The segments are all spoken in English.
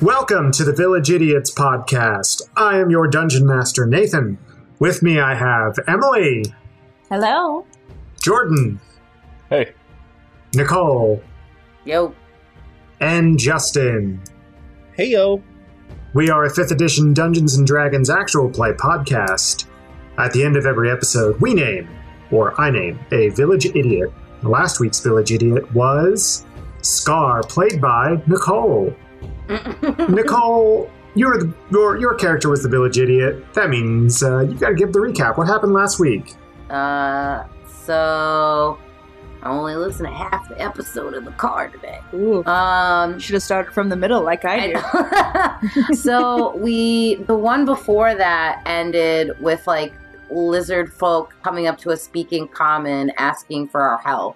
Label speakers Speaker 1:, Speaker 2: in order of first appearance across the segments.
Speaker 1: Welcome to the Village Idiots podcast. I am your dungeon master, Nathan. With me, I have Emily,
Speaker 2: Hello.
Speaker 1: Jordan,
Speaker 3: Hey.
Speaker 1: Nicole,
Speaker 4: Yo.
Speaker 1: and Justin.
Speaker 3: Hey yo.
Speaker 1: We are a 5th edition Dungeons and Dragons actual play podcast. At the end of every episode, we name, or I name, a village idiot. Last week's village idiot was Scar, played by Nicole. Nicole, your, your, your character was the village idiot. That means uh, you gotta give the recap. What happened last week?
Speaker 4: uh, so I only listened to half the episode of the car today.
Speaker 2: Ooh.
Speaker 4: Um,
Speaker 2: You should have started from the middle like I do.
Speaker 4: I- so we the one before that ended with like lizard folk coming up to us speaking common asking for our help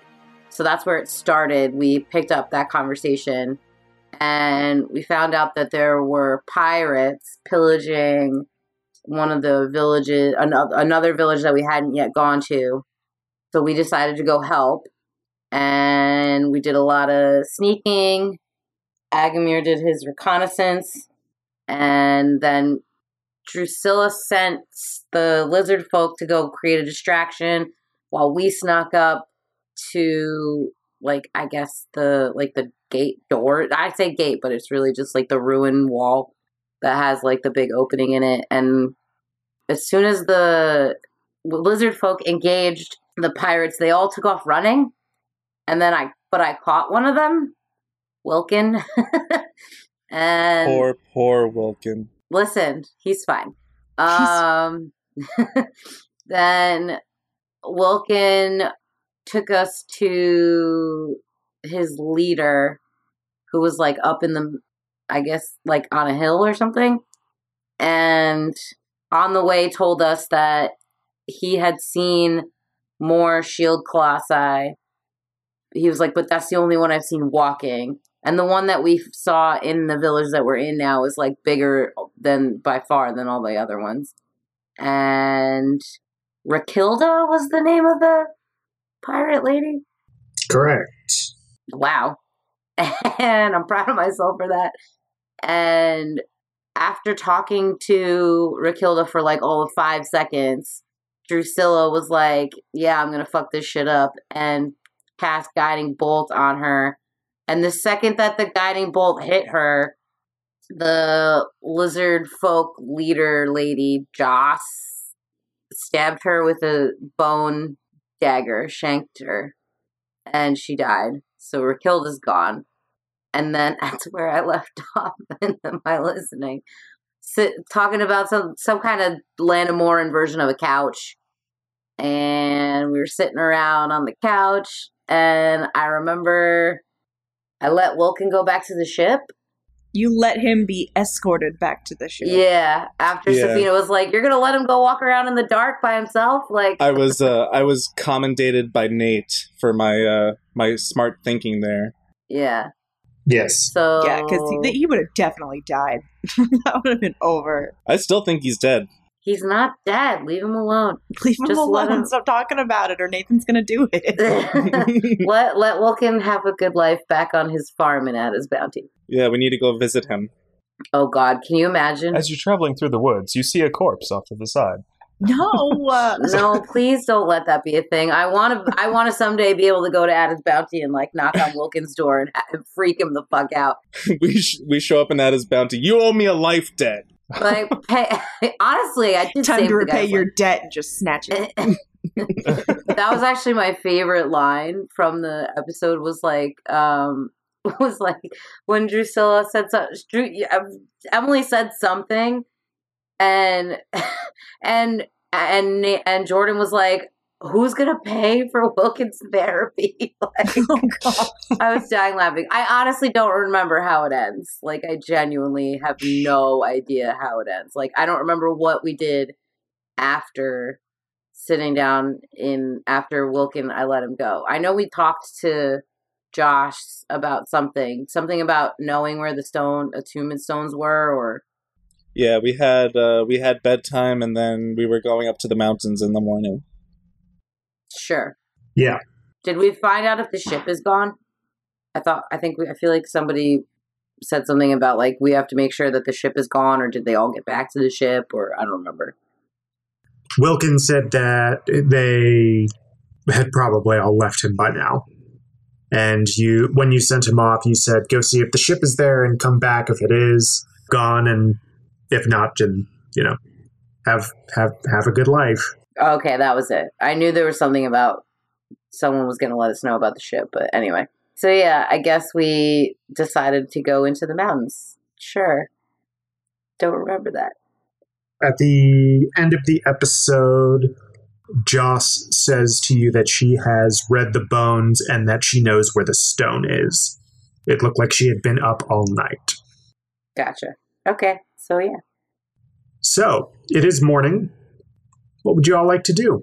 Speaker 4: so that's where it started we picked up that conversation and we found out that there were pirates pillaging one of the villages another, another village that we hadn't yet gone to so we decided to go help and we did a lot of sneaking Agamir did his reconnaissance, and then Drusilla sent the lizard folk to go create a distraction while we snuck up to like I guess the like the gate door. I say gate, but it's really just like the ruined wall that has like the big opening in it. And as soon as the lizard folk engaged the pirates, they all took off running. And then I but I caught one of them, Wilkin. and
Speaker 3: poor, poor Wilkin.
Speaker 4: listen, he's fine. Um, then Wilkin took us to his leader, who was like up in the, I guess, like on a hill or something, and on the way told us that he had seen more shield colossi. He was like, but that's the only one I've seen walking. And the one that we saw in the village that we're in now is like bigger than by far than all the other ones. And Rakilda was the name of the pirate lady.
Speaker 1: Correct.
Speaker 4: Wow. And I'm proud of myself for that. And after talking to Rakilda for like all of five seconds, Drusilla was like, Yeah, I'm going to fuck this shit up and cast Guiding Bolt on her. And the second that the Guiding Bolt hit her, the lizard folk leader lady, Joss, stabbed her with a bone dagger, shanked her and she died. So Rakilda's gone. And then that's where I left off in my listening. Sit, talking about some, some kind of Lanamoran version of a couch. And we were sitting around on the couch. And I remember I let Wilkin go back to the ship.
Speaker 2: You let him be escorted back to the ship.
Speaker 4: Yeah. After
Speaker 3: Yeah.
Speaker 4: Safina was like, You're going to let him go walk around in the dark by himself? Like,
Speaker 3: I was uh, I was commendated by Nate for my uh, my smart thinking there.
Speaker 4: yeah.
Speaker 1: Yes.
Speaker 4: So.
Speaker 2: Yeah, because he, he would have definitely died. that would have been over.
Speaker 3: I still think he's dead.
Speaker 4: he's not dead. Leave him alone.
Speaker 2: Leave him
Speaker 4: Just let
Speaker 2: alone.
Speaker 4: him-
Speaker 2: Stop talking about it, or Nathan's gonna do it.
Speaker 4: let let Wilkin have a good life back on his farm and at his bounty.
Speaker 3: yeah, we need to go visit him.
Speaker 4: Oh God, can you imagine?
Speaker 5: As you're traveling through the woods, you see a corpse off to the side.
Speaker 2: no, uh,
Speaker 4: No, please don't let that be a thing. I want to. I want to someday be able to go to Adam's Bounty and like knock on Wilkin's door and, and freak him the fuck out.
Speaker 3: we sh- we show up and that is bounty. You owe me a life debt.
Speaker 4: Like, pay, honestly, I did
Speaker 2: time
Speaker 4: save
Speaker 2: to
Speaker 4: the
Speaker 2: repay
Speaker 4: guy's
Speaker 2: your debt and just snatch it.
Speaker 4: that was actually my favorite line from the episode was like um was like when drusilla said so, Dru- um, emily said something and and and Na- and jordan was like who's gonna pay for wilkins therapy like,
Speaker 2: oh god.
Speaker 4: i was dying laughing i honestly don't remember how it ends like i genuinely have no idea how it ends like i don't remember what we did after sitting down in after Wilkin I let him go. I know we talked to Josh about something, something about knowing where the stone attunement stones were or
Speaker 3: Yeah, we had uh, we had bedtime and then we were going up to the mountains in the morning.
Speaker 4: sure.
Speaker 1: Yeah.
Speaker 4: Did we find out if the ship is gone? I thought I think we I feel like somebody
Speaker 6: said something about like we have to make sure that the ship is gone, or did they all get back to the ship, or I don't remember.
Speaker 1: Wilkins said that they had probably all left him by now. And you, when you sent him off, you said, "Go see if the ship is there and come back if it is gone, and if not, then you know, have have have a good life."
Speaker 6: Okay, that was it. I knew there was something about someone was going to let us know about the ship, but anyway. So yeah, I guess we decided to go into the mountains. Sure. Don't remember that.
Speaker 1: At the end of the episode, Joss says to you that she has read the bones and that she knows where the stone is. It looked like she had been up all night.
Speaker 6: Gotcha. Okay. So yeah.
Speaker 1: So, it is morning. What would you all like to do?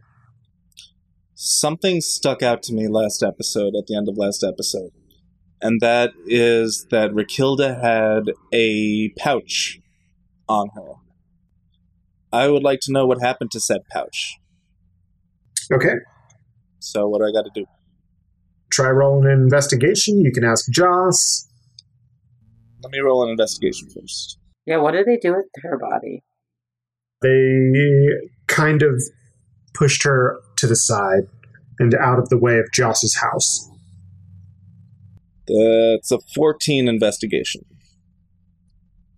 Speaker 3: Something stuck out to me last episode, at the end of last episode, and that is that Rakilda had a pouch on her. I would like to know what happened to said pouch.
Speaker 1: Okay.
Speaker 3: So, what do I got to do?
Speaker 1: Try rolling an investigation. You can ask Joss.
Speaker 3: Let me roll an investigation first.
Speaker 6: Yeah, what did they do with her body?
Speaker 1: They kind of pushed her to the side and out of the way of Joss's house.
Speaker 3: That's a 14 investigation.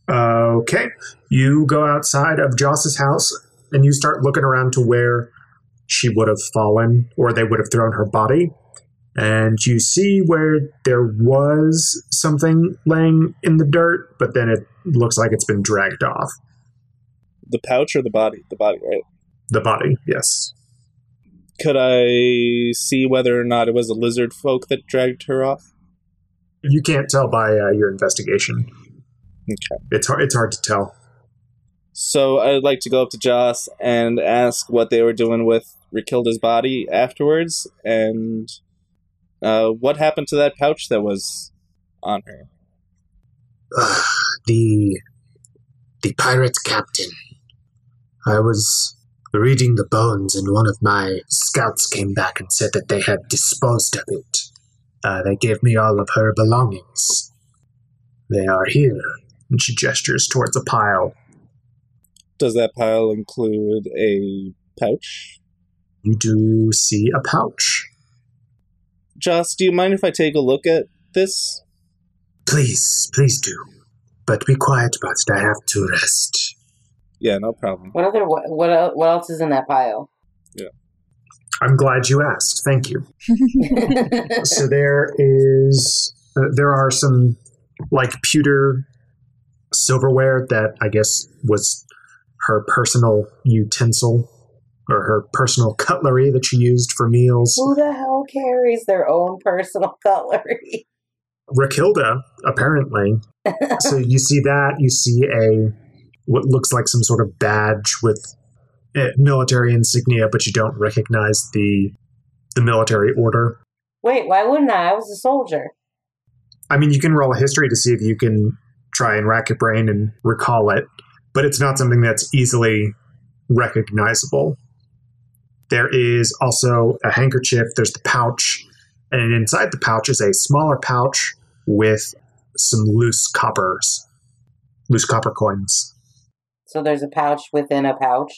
Speaker 1: Okay. You go outside of Joss's house and you start looking around to where she would have fallen or they would have thrown her body. And you see where there was something laying in the dirt, but then it looks like it's been dragged off.
Speaker 3: The pouch or the body? The body, right?
Speaker 1: The body, yes.
Speaker 3: Could I see whether or not it was a lizard folk that dragged her off?
Speaker 1: You can't tell by uh, your investigation.
Speaker 3: Okay.
Speaker 1: It's hard, it's hard to tell.
Speaker 3: So I'd like to go up to Joss and ask what they were doing with Rakilda's body afterwards, and uh, what happened to that pouch that was on her.
Speaker 7: the the pirate captain. I was reading the bones, and one of my scouts came back and said that they had disposed of it. Uh, they gave me all of her belongings.
Speaker 1: They are here. And she gestures towards a pile.
Speaker 3: Does that pile include a pouch?
Speaker 1: You do see a pouch.
Speaker 3: Joss, do you mind if I take a look at this?
Speaker 7: Please, please do. But be quiet about it. I have to rest.
Speaker 3: Yeah, no problem.
Speaker 6: What other what what, el- what else is in that pile?
Speaker 1: I'm glad you asked. Thank you. so there is uh, there are some like pewter silverware that I guess was her personal utensil or her personal cutlery that she used for meals.
Speaker 6: Who the hell carries their own personal cutlery?
Speaker 1: Rakilda, apparently. so you see that you see a what looks like some sort of badge with eh, military insignia, but you don't recognize the the military order.
Speaker 6: Wait, why wouldn't I? I was a soldier.
Speaker 1: I mean, you can roll a history to see if you can try and rack your brain and recall it, but it's not something that's easily recognizable. There is also a handkerchief, there's the pouch, and inside the pouch is a smaller pouch with some loose coppers, loose copper coins,
Speaker 6: So there's a pouch within a pouch.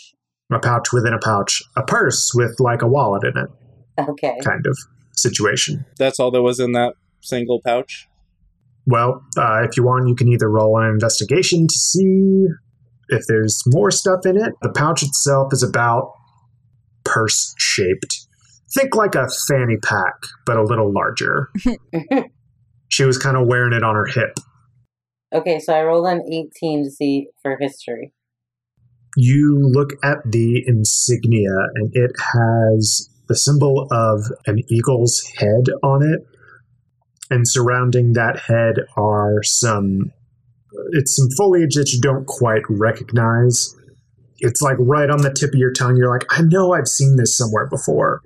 Speaker 1: a pouch within a pouch, a purse with like a wallet in it,
Speaker 6: Okay.
Speaker 1: kind of situation.
Speaker 3: That's all there was in that single pouch.
Speaker 1: Well, uh, if you want, you can either roll an investigation to see if there's more stuff in it. The pouch itself is about purse shaped. Think like a fanny pack, but a little larger. she was kind of wearing it on her hip.
Speaker 6: Okay, so I rolled an 18 to see for history.
Speaker 1: You look at the insignia, and it has the symbol of an eagle's head on it. And surrounding that head are some. It's some foliage that you don't quite recognize. It's like right on the tip of your tongue. You're like, I know I've seen this somewhere before.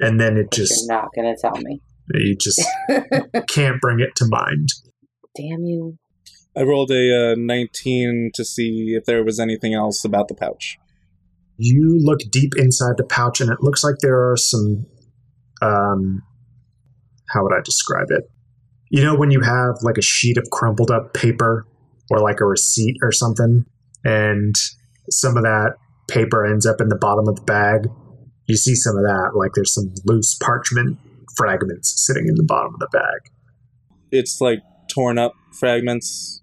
Speaker 1: And then it
Speaker 6: But
Speaker 1: just,
Speaker 6: you're not going to tell me.
Speaker 1: you just can't bring it to mind.
Speaker 6: Damn you.
Speaker 3: I rolled a uh, 19 to see if there was anything else about the pouch.
Speaker 1: you look deep inside the pouch and it looks like there are some um how would i describe it You know when you have like a sheet of crumpled up paper or like a receipt or something, and some of that paper ends up in the bottom of the bag. You see some of that, like there's some loose parchment fragments sitting in the bottom of the bag.
Speaker 3: It's like torn up fragments.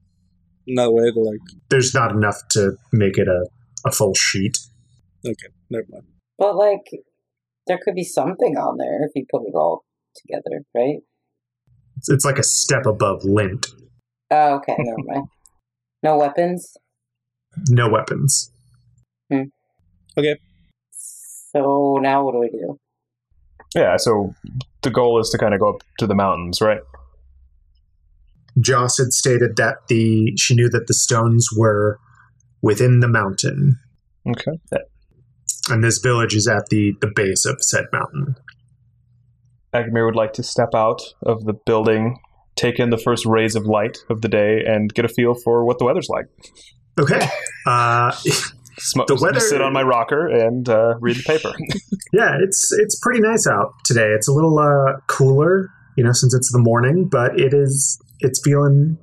Speaker 3: No way they're like
Speaker 1: There's not enough to make it a, a full sheet.
Speaker 3: never mind.
Speaker 4: But like, there could be something on there if you put it all together, right?
Speaker 1: It's, it's like a step above lint.
Speaker 4: Oh, okay, never mind. No weapons.
Speaker 1: No weapons.
Speaker 4: So now what do we do?
Speaker 8: Yeah, so the goal is to kind of go up to the mountains, right?
Speaker 1: Joss had stated that the she knew that the stones were within the mountain,
Speaker 8: Okay.
Speaker 1: and this village is at the the base of said mountain.
Speaker 8: Agamir would like to step out of the building, take in the first rays of light of the day, and get a feel for what the weather's like.
Speaker 1: Okay. Uh,
Speaker 8: Sm-
Speaker 1: The weather-
Speaker 8: Sit on my rocker and uh, read the paper.
Speaker 1: yeah, it's it's pretty nice out today. It's a little uh, cooler, you know, since it's the morning, but it is it's feeling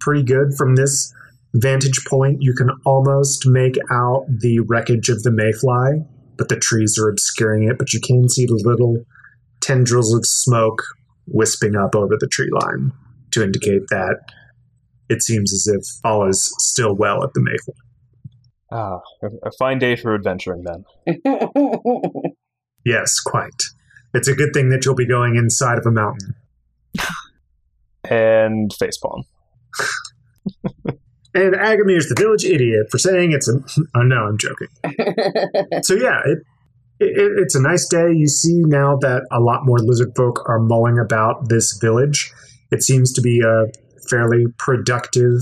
Speaker 1: pretty good from this vantage point. You can almost make out the wreckage of the mayfly, but the trees are obscuring it. But you can see the little tendrils of smoke wisping up over the tree line to indicate that it seems as if all is still well at the mayfly.
Speaker 8: ah, a, a fine day for adventuring then.
Speaker 1: Yes, quite. It's a good thing that you'll be going inside of a mountain.
Speaker 8: And facepalm.
Speaker 1: And Agamir's the village idiot for saying it's a. Oh no, I'm joking. So yeah, it, it it's a nice day. You see now that a lot more lizard folk are mulling about this village. It seems to be a fairly productive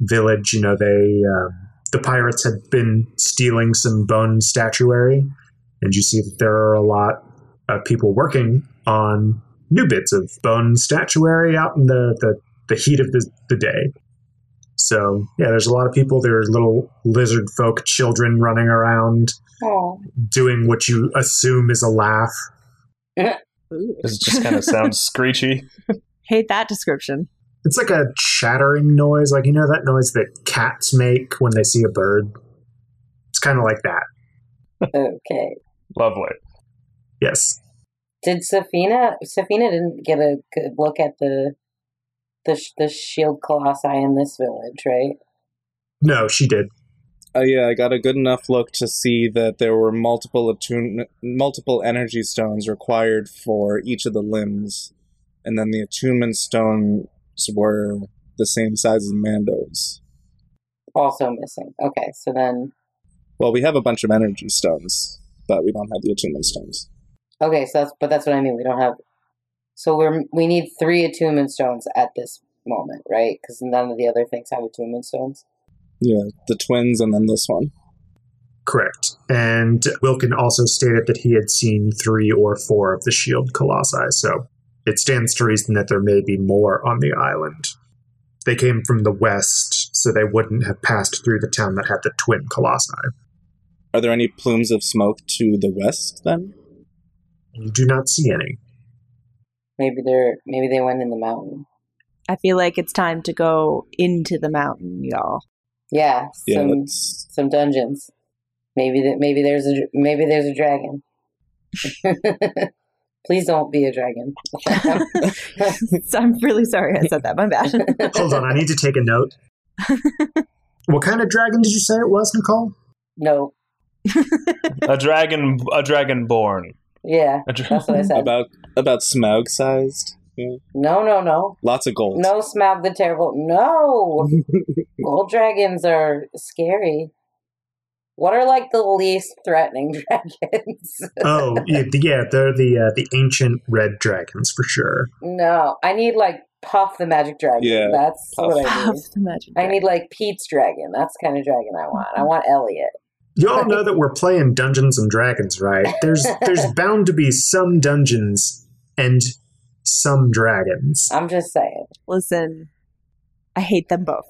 Speaker 1: village. You know, they uh, the pirates had been stealing some bone statuary, and you see that there are a lot of people working on new bits of bone statuary out in the the, the heat of the, the day. So yeah, there's a lot of people. There are little lizard folk children running around,
Speaker 4: oh,
Speaker 1: doing what you assume is a laugh.
Speaker 2: Ooh.
Speaker 8: Does it just kind of sound screechy?
Speaker 2: Hate that description.
Speaker 1: It's like a chattering noise, like you know that noise that cats make when they see a bird. It's kind of like that.
Speaker 4: okay.
Speaker 8: Lovely.
Speaker 1: Yes,
Speaker 4: Did Safina? Safina didn't get a good look at the the sh- the shield colossi in this village, right?
Speaker 1: no, she did.
Speaker 3: Uh, yeah, I got a good enough look to see that there were multiple attune- multiple energy stones required for each of the limbs, and then the attunement stones were the same size as Mando's.
Speaker 4: Also missing. Okay, so then
Speaker 3: Well, we have a bunch of energy stones, but we don't have the attunement stones.
Speaker 4: okay, so that's but that's what I mean. We don't have. So we're we need three attunement stones at this moment, right? Because none of the other things have attunement stones.
Speaker 3: Yeah, the twins, and then this one.
Speaker 1: Correct. And Wilkin also stated that he had seen three or four of the shield colossi, so it stands to reason that there may be more on the island. They came from the west, so they wouldn't have passed through the town that had the twin colossi.
Speaker 3: Are there any plumes of smoke to the west then?
Speaker 1: You do not see any.
Speaker 4: Maybe they're maybe they went in the mountain.
Speaker 2: I feel like it's time to go into the mountain, y'all.
Speaker 4: Yeah,
Speaker 3: Yeah,
Speaker 4: some
Speaker 3: that's-
Speaker 4: some dungeons. Maybe that maybe there's a maybe there's a dragon. Please don't be a dragon.
Speaker 2: So I'm really sorry I said that. My bad.
Speaker 1: Hold on, I need to take a note. what kind of dragon did you say it was, Nicole?
Speaker 4: no.
Speaker 8: A dragon, a dragonborn.
Speaker 4: Yeah,
Speaker 8: A dra-
Speaker 4: that's what I said.
Speaker 3: about about smaug sized.
Speaker 4: No, no, no.
Speaker 3: Lots of gold.
Speaker 4: No Smaug the Terrible. No! Gold dragons are scary. What are like the least threatening dragons?
Speaker 1: Oh, yeah, the- yeah they're the uh, the ancient red dragons for sure.
Speaker 4: no, I need like Puff the Magic Dragon.
Speaker 3: Yeah,
Speaker 4: That's
Speaker 3: Puff.
Speaker 4: what I
Speaker 2: Puff
Speaker 4: need.
Speaker 2: the magic
Speaker 4: I
Speaker 2: dragon.
Speaker 4: need like Pete's dragon. That's the kind of dragon I want. I want Elliot.
Speaker 1: You all know that we're playing Dungeons and Dragons, right? There's there's bound to be some dungeons and some dragons.
Speaker 4: I'm just saying.
Speaker 2: Listen, I hate them both.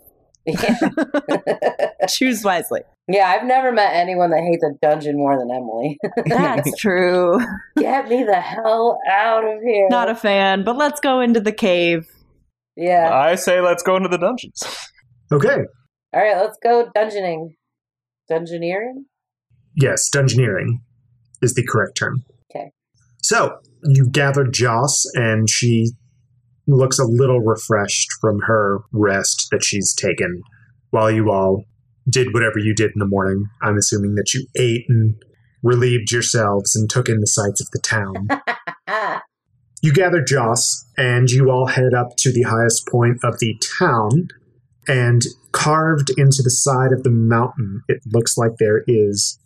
Speaker 2: Choose wisely.
Speaker 4: Yeah, I've never met anyone that hates a dungeon more than Emily.
Speaker 2: That's true.
Speaker 4: Get me the hell out of here.
Speaker 2: Not a fan, but let's go into the cave.
Speaker 4: Yeah.
Speaker 8: I say let's go into the dungeons.
Speaker 1: Okay.
Speaker 4: All right, let's go dungeoning. Dungeoneering?
Speaker 1: Yes, dungeoneering is the correct term.
Speaker 4: Okay.
Speaker 1: So you gather Joss, and she looks a little refreshed from her rest that she's taken while you all did whatever you did in the morning. I'm assuming that you ate and relieved yourselves and took in the sights of the town.
Speaker 4: Ah,
Speaker 1: you gather Joss, and you all head up to the highest point of the town. And carved into the side of the mountain, it looks like there is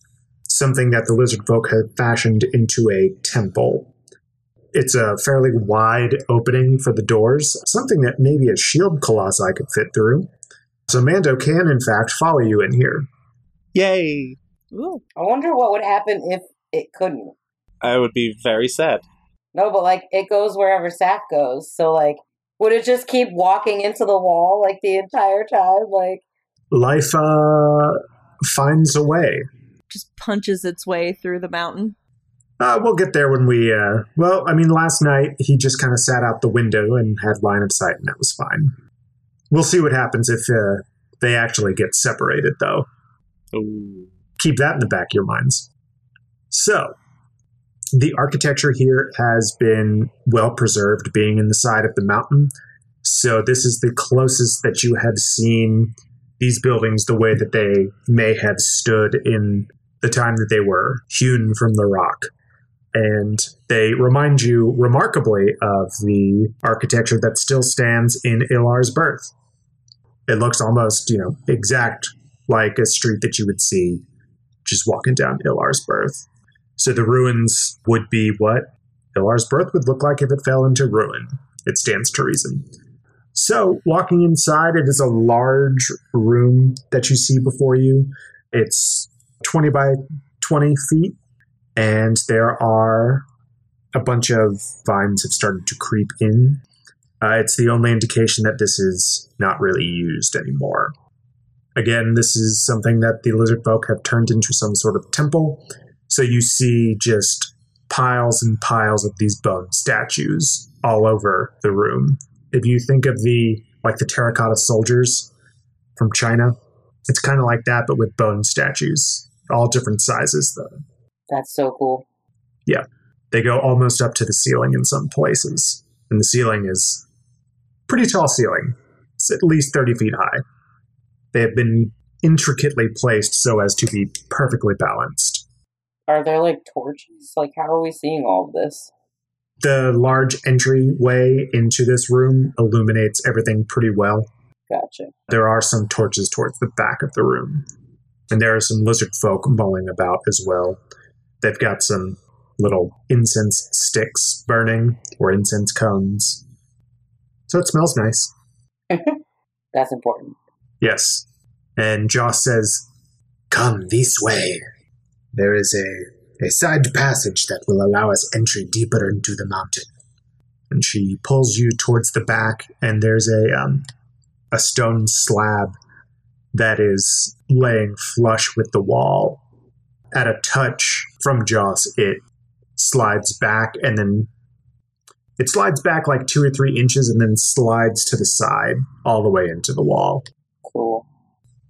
Speaker 1: something that the lizard folk had fashioned into a temple. It's a fairly wide opening for the doors, something that maybe a shield colossi could fit through. So Mando can, in fact, follow you in here.
Speaker 3: Yay!
Speaker 4: I wonder what would happen if it couldn't.
Speaker 3: I would be very sad.
Speaker 4: No, but like it goes wherever Sap goes. So like, would it just keep walking into the wall like the entire time? Like,
Speaker 1: Life uh, finds a way.
Speaker 2: Just punches its way through the mountain.
Speaker 1: Uh, we'll get there when we. Uh, well, I mean, last night he just kind of sat out the window and had line of sight, and that was fine. We'll see what happens if uh, they actually get separated, though.
Speaker 3: Ooh.
Speaker 1: keep that in the back of your minds. So, the architecture here has been well preserved, being in the side of the mountain. So, this is the closest that you have seen these buildings the way that they may have stood in the time that they were hewn from the rock. And they remind you remarkably of the architecture that still stands in Ilar's birth. It looks almost, you know, exact like a street that you would see just walking down Ilar's Birth. So the ruins would be what Ilar's Birth would look like if it fell into ruin. It stands to reason. So walking inside, it is a large room that you see before you. It's 20 by 20 feet, and there are a bunch of vines have started to creep in. Uh, it's the only indication that this is not really used anymore. Again, this is something that the lizard folk have turned into some sort of temple. So you see just piles and piles of these bone statues all over the room. If you think of the like the terracotta soldiers from China, it's kind of like that, but with bone statues, all different sizes though.
Speaker 4: that's so cool.
Speaker 1: They go almost up to the ceiling in some places, and the ceiling is pretty tall ceiling. It's at least thirty feet high. They have been intricately placed so as to be perfectly balanced.
Speaker 4: Are there like torches? Like, how are we seeing all of this?
Speaker 1: the large entryway into this room illuminates everything pretty well.
Speaker 4: Gotcha.
Speaker 1: There are some torches towards the back of the room. And there are some lizard folk mulling about as well. They've got some little incense sticks burning or incense cones. So it smells nice.
Speaker 4: That's important.
Speaker 1: Yes. And Joss says,
Speaker 7: Come this way. There is a, a side passage that will allow us entry deeper into the mountain.
Speaker 1: and she pulls you towards the back and there's a um, a stone slab that is laying flush with the wall at a touch from joss it slides back and then it slides back like two or three inches and then slides to the side all the way into the wall
Speaker 4: Cool.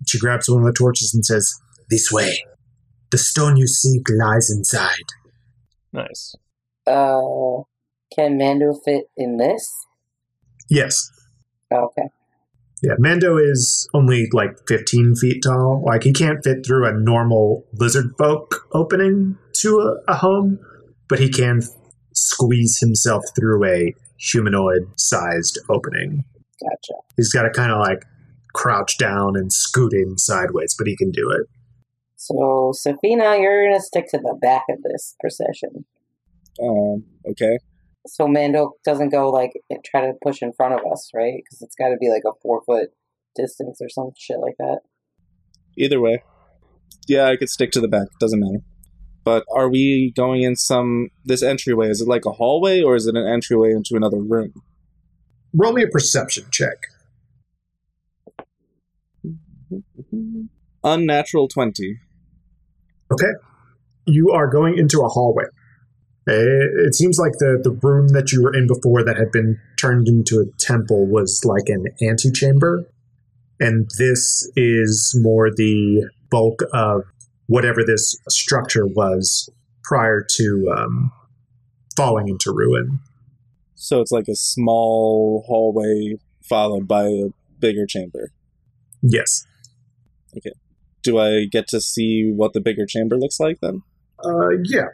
Speaker 1: she grabs one of the torches and says
Speaker 7: This way. The stone you seek lies inside.
Speaker 8: Nice.
Speaker 4: Uh, can Mando fit in this?
Speaker 1: yes
Speaker 4: Okay.
Speaker 1: Yeah, Mando is only like 15 feet tall. Like, he can't fit through a normal lizard folk opening to a, a home, but he can squeeze himself through a humanoid sized opening.
Speaker 4: Gotcha.
Speaker 1: He's got to kind of like crouch down and scoot in sideways, but he can do it.
Speaker 4: So, Safina, you're gonna stick to the back of this procession,
Speaker 3: Um, okay.
Speaker 4: so Mando doesn't go like and try to push in front of us, right? Because it's got to be like a four foot distance or some shit like that.
Speaker 3: Either way. Yeah, I could stick to the back. Doesn't matter. But are we going in some. This entryway, is it like a hallway or is it an entryway into another room?
Speaker 1: Roll me a perception check.
Speaker 3: Unnatural 20.
Speaker 1: You are going into a hallway. It, it seems like the, the room that you were in before that had been turned into a temple was like an antechamber. And this is more the bulk of whatever this structure was prior to um, falling into ruin.
Speaker 3: So it's like a small hallway followed by a bigger chamber.
Speaker 1: Yes.
Speaker 3: Do I get to see what the bigger chamber looks like then?
Speaker 1: Uh, yeah.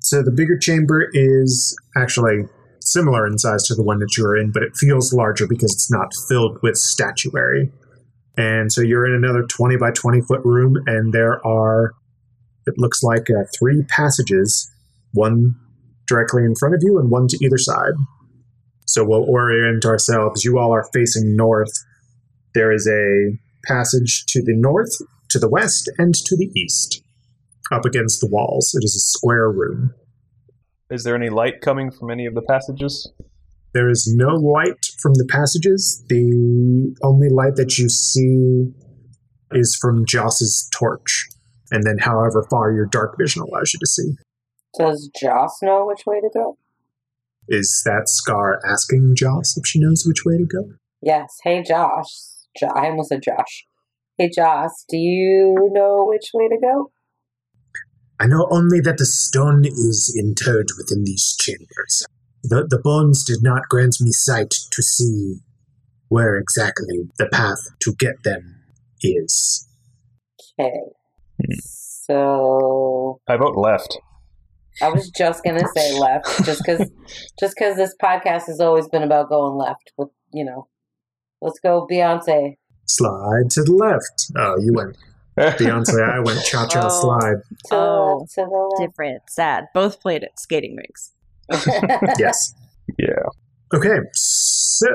Speaker 1: So the bigger chamber is actually similar in size to the one that you were in, but it feels larger because it's not filled with statuary. And so you're in another 20 by 20 foot room, and there are, it looks like uh, three passages, one directly in front of you and one to either side. So we'll orient ourselves. You all are facing north. There is a passage to the north, to the west, and to the east, up against the walls. It is a square room.
Speaker 8: Is there any light coming from any of the passages?
Speaker 1: There is no light from the passages. The only light that you see is from Joss's torch, and then however far your dark vision allows you to see.
Speaker 4: Does Joss know which way to go?
Speaker 1: Is that Scar asking Joss if she knows which way to go?
Speaker 4: Yes. Hey, Josh. Jo- I almost said Josh. Hey, Joss, do you know which way to go?
Speaker 7: I know only that the stone is interred within these chambers. The, the bones did not grant me sight to see where exactly the path to get them is.
Speaker 4: Okay. So
Speaker 8: I vote left.
Speaker 4: I was just gonna say left, just because, just because this podcast has always been about going left. With you know, let's go Beyonce.
Speaker 1: Slide to the left. Oh, you went Beyonce. I went cha cha
Speaker 2: Oh.
Speaker 1: slide.
Speaker 4: To the
Speaker 2: Oh,
Speaker 4: left, to the
Speaker 2: Different, sad. Both played at skating rinks.
Speaker 4: left.
Speaker 1: Yes.
Speaker 8: Yeah.
Speaker 1: Okay. So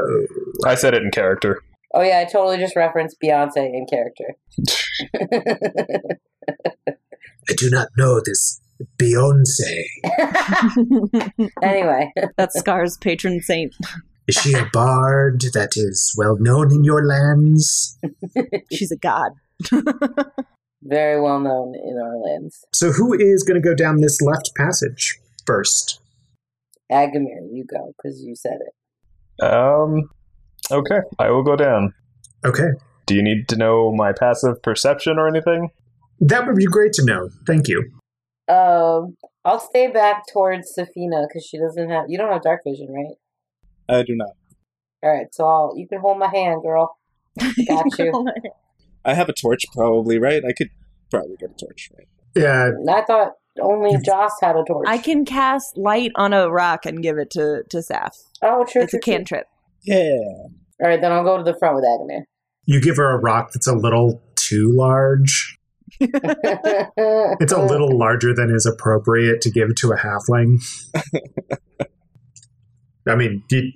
Speaker 8: I said it in character.
Speaker 4: Oh yeah, I totally just referenced Beyonce in character.
Speaker 7: I do not know this Beyonce.
Speaker 4: anyway,
Speaker 2: That's Scar's patron saint.
Speaker 7: Is she a bard that is well known in your lands?
Speaker 2: She's a god.
Speaker 4: very well known in our lands.
Speaker 1: so who is going to go down this left passage first?
Speaker 4: Agamir, you go because you said it.
Speaker 8: Um. Okay, I will go down.
Speaker 1: Okay.
Speaker 8: Do you need to know my passive perception or anything?
Speaker 1: That would be great to know. Thank you.
Speaker 4: Um, I'll stay back towards Safina because she doesn't have. You don't have dark vision, right?
Speaker 3: I do not.
Speaker 4: All right, so I'll, you can hold my hand, girl. Got you.
Speaker 3: I have a torch, probably, right? I could probably get a torch, right?
Speaker 1: Yeah.
Speaker 4: And I thought only Joss had a torch.
Speaker 2: I can cast light on a rock and give it to to Saf.
Speaker 4: Oh, true.
Speaker 2: It's a
Speaker 4: true, true.
Speaker 2: cantrip.
Speaker 3: Yeah.
Speaker 4: All right, then I'll go to the front with
Speaker 1: You give her a rock that's a little too large.
Speaker 4: Agamir.
Speaker 1: It's a little larger than is appropriate to give to a halfling. I mean, you,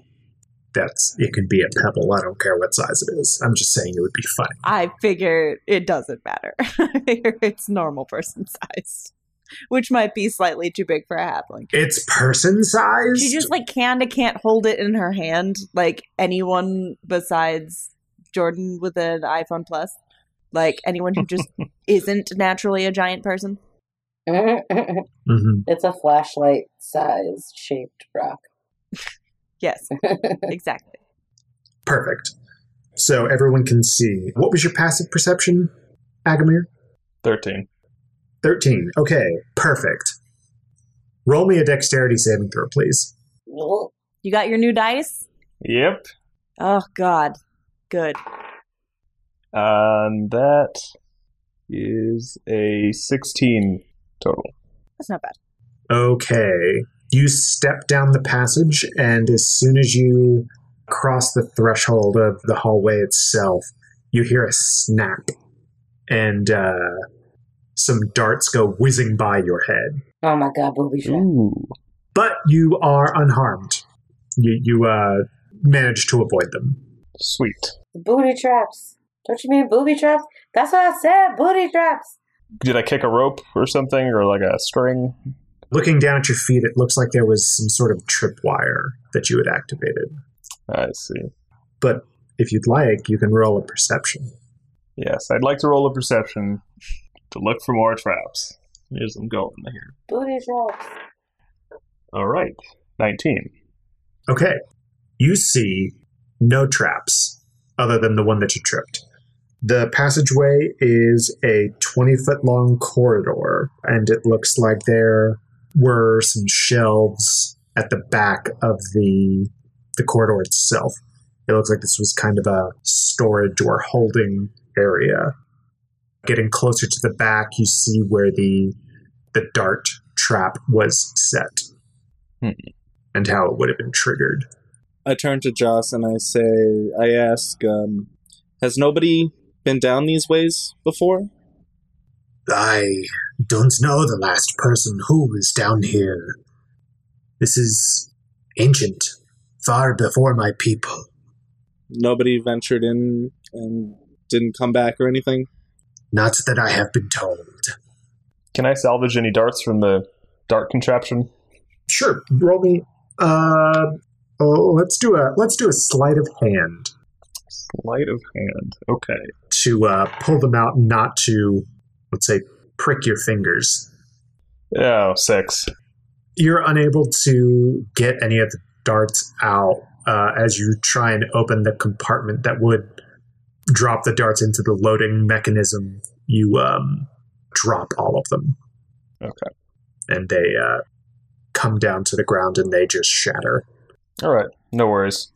Speaker 1: that's it could be a pebble. I don't care what size it is. I'm just saying it would be funny.
Speaker 2: I figure it doesn't matter. I figure it's normal person size, which might be slightly too big for a halfling.
Speaker 1: It's person size.
Speaker 2: She just like kinda can't hold it in her hand, like anyone besides Jordan with an iPhone Plus, like anyone who just isn't naturally a giant person.
Speaker 1: Mhm.
Speaker 4: it's a flashlight size shaped rock.
Speaker 2: Yes, exactly.
Speaker 1: Perfect. So everyone can see. What was your passive perception, Agamir?
Speaker 8: Thirteen.
Speaker 1: 13. Okay, perfect. Roll me a dexterity saving throw, please.
Speaker 4: Oh
Speaker 2: You got your new dice?
Speaker 8: Yep.
Speaker 2: Oh God, good.
Speaker 8: And that is a sixteen total.
Speaker 2: That's not bad.
Speaker 1: Okay. You step down the passage, and as soon as you cross the threshold of the hallway itself, you hear a snap, and uh, some darts go whizzing by your head.
Speaker 4: Oh my god, booby trap.
Speaker 8: Ooh.
Speaker 1: But you are unharmed. You, you uh, manage to avoid them.
Speaker 8: Sweet.
Speaker 4: Booty traps. Don't you mean booby traps? That's what I said, booty traps.
Speaker 8: Did I kick a rope or something, or like a string?
Speaker 1: Looking down at your feet, it looks like there was some sort of tripwire that you had activated.
Speaker 8: I see.
Speaker 1: But if you'd like, you can roll a perception.
Speaker 8: Yes, I'd like to roll a perception to look for more traps. Here's them going here.
Speaker 4: Booty traps.
Speaker 8: All right. 19.
Speaker 1: Okay. You see no traps other than the one that you tripped. The passageway is a 20 foot long corridor, and it looks like there were some shelves at the back of the, the corridor itself. It looks like this was kind of a storage or holding area. Getting closer to the back, you see where the, the dart trap was set and how it would have been triggered.
Speaker 3: I turn to Joss and I say, I ask, um, has nobody been down these ways before?
Speaker 7: I don't know the last person who was down here. This is ancient, far before my people.
Speaker 3: Nobody ventured in and didn't come back or anything?
Speaker 7: Not that I have been told.
Speaker 8: Can I salvage any darts from the dart contraption?
Speaker 1: Sure, roll me. Uh, oh, let's do a let's do a sleight of hand
Speaker 8: Sleight of hand. Okay.
Speaker 1: to uh, pull them out, not to let's say prick your fingers.
Speaker 8: Oh, six.
Speaker 1: you're unable to get any of the darts out uh, as you try and open the compartment that would drop the darts into the loading mechanism. You um, drop all of them.
Speaker 8: Okay.
Speaker 1: And they uh, come down to the ground and they just shatter.
Speaker 8: All right. No worries.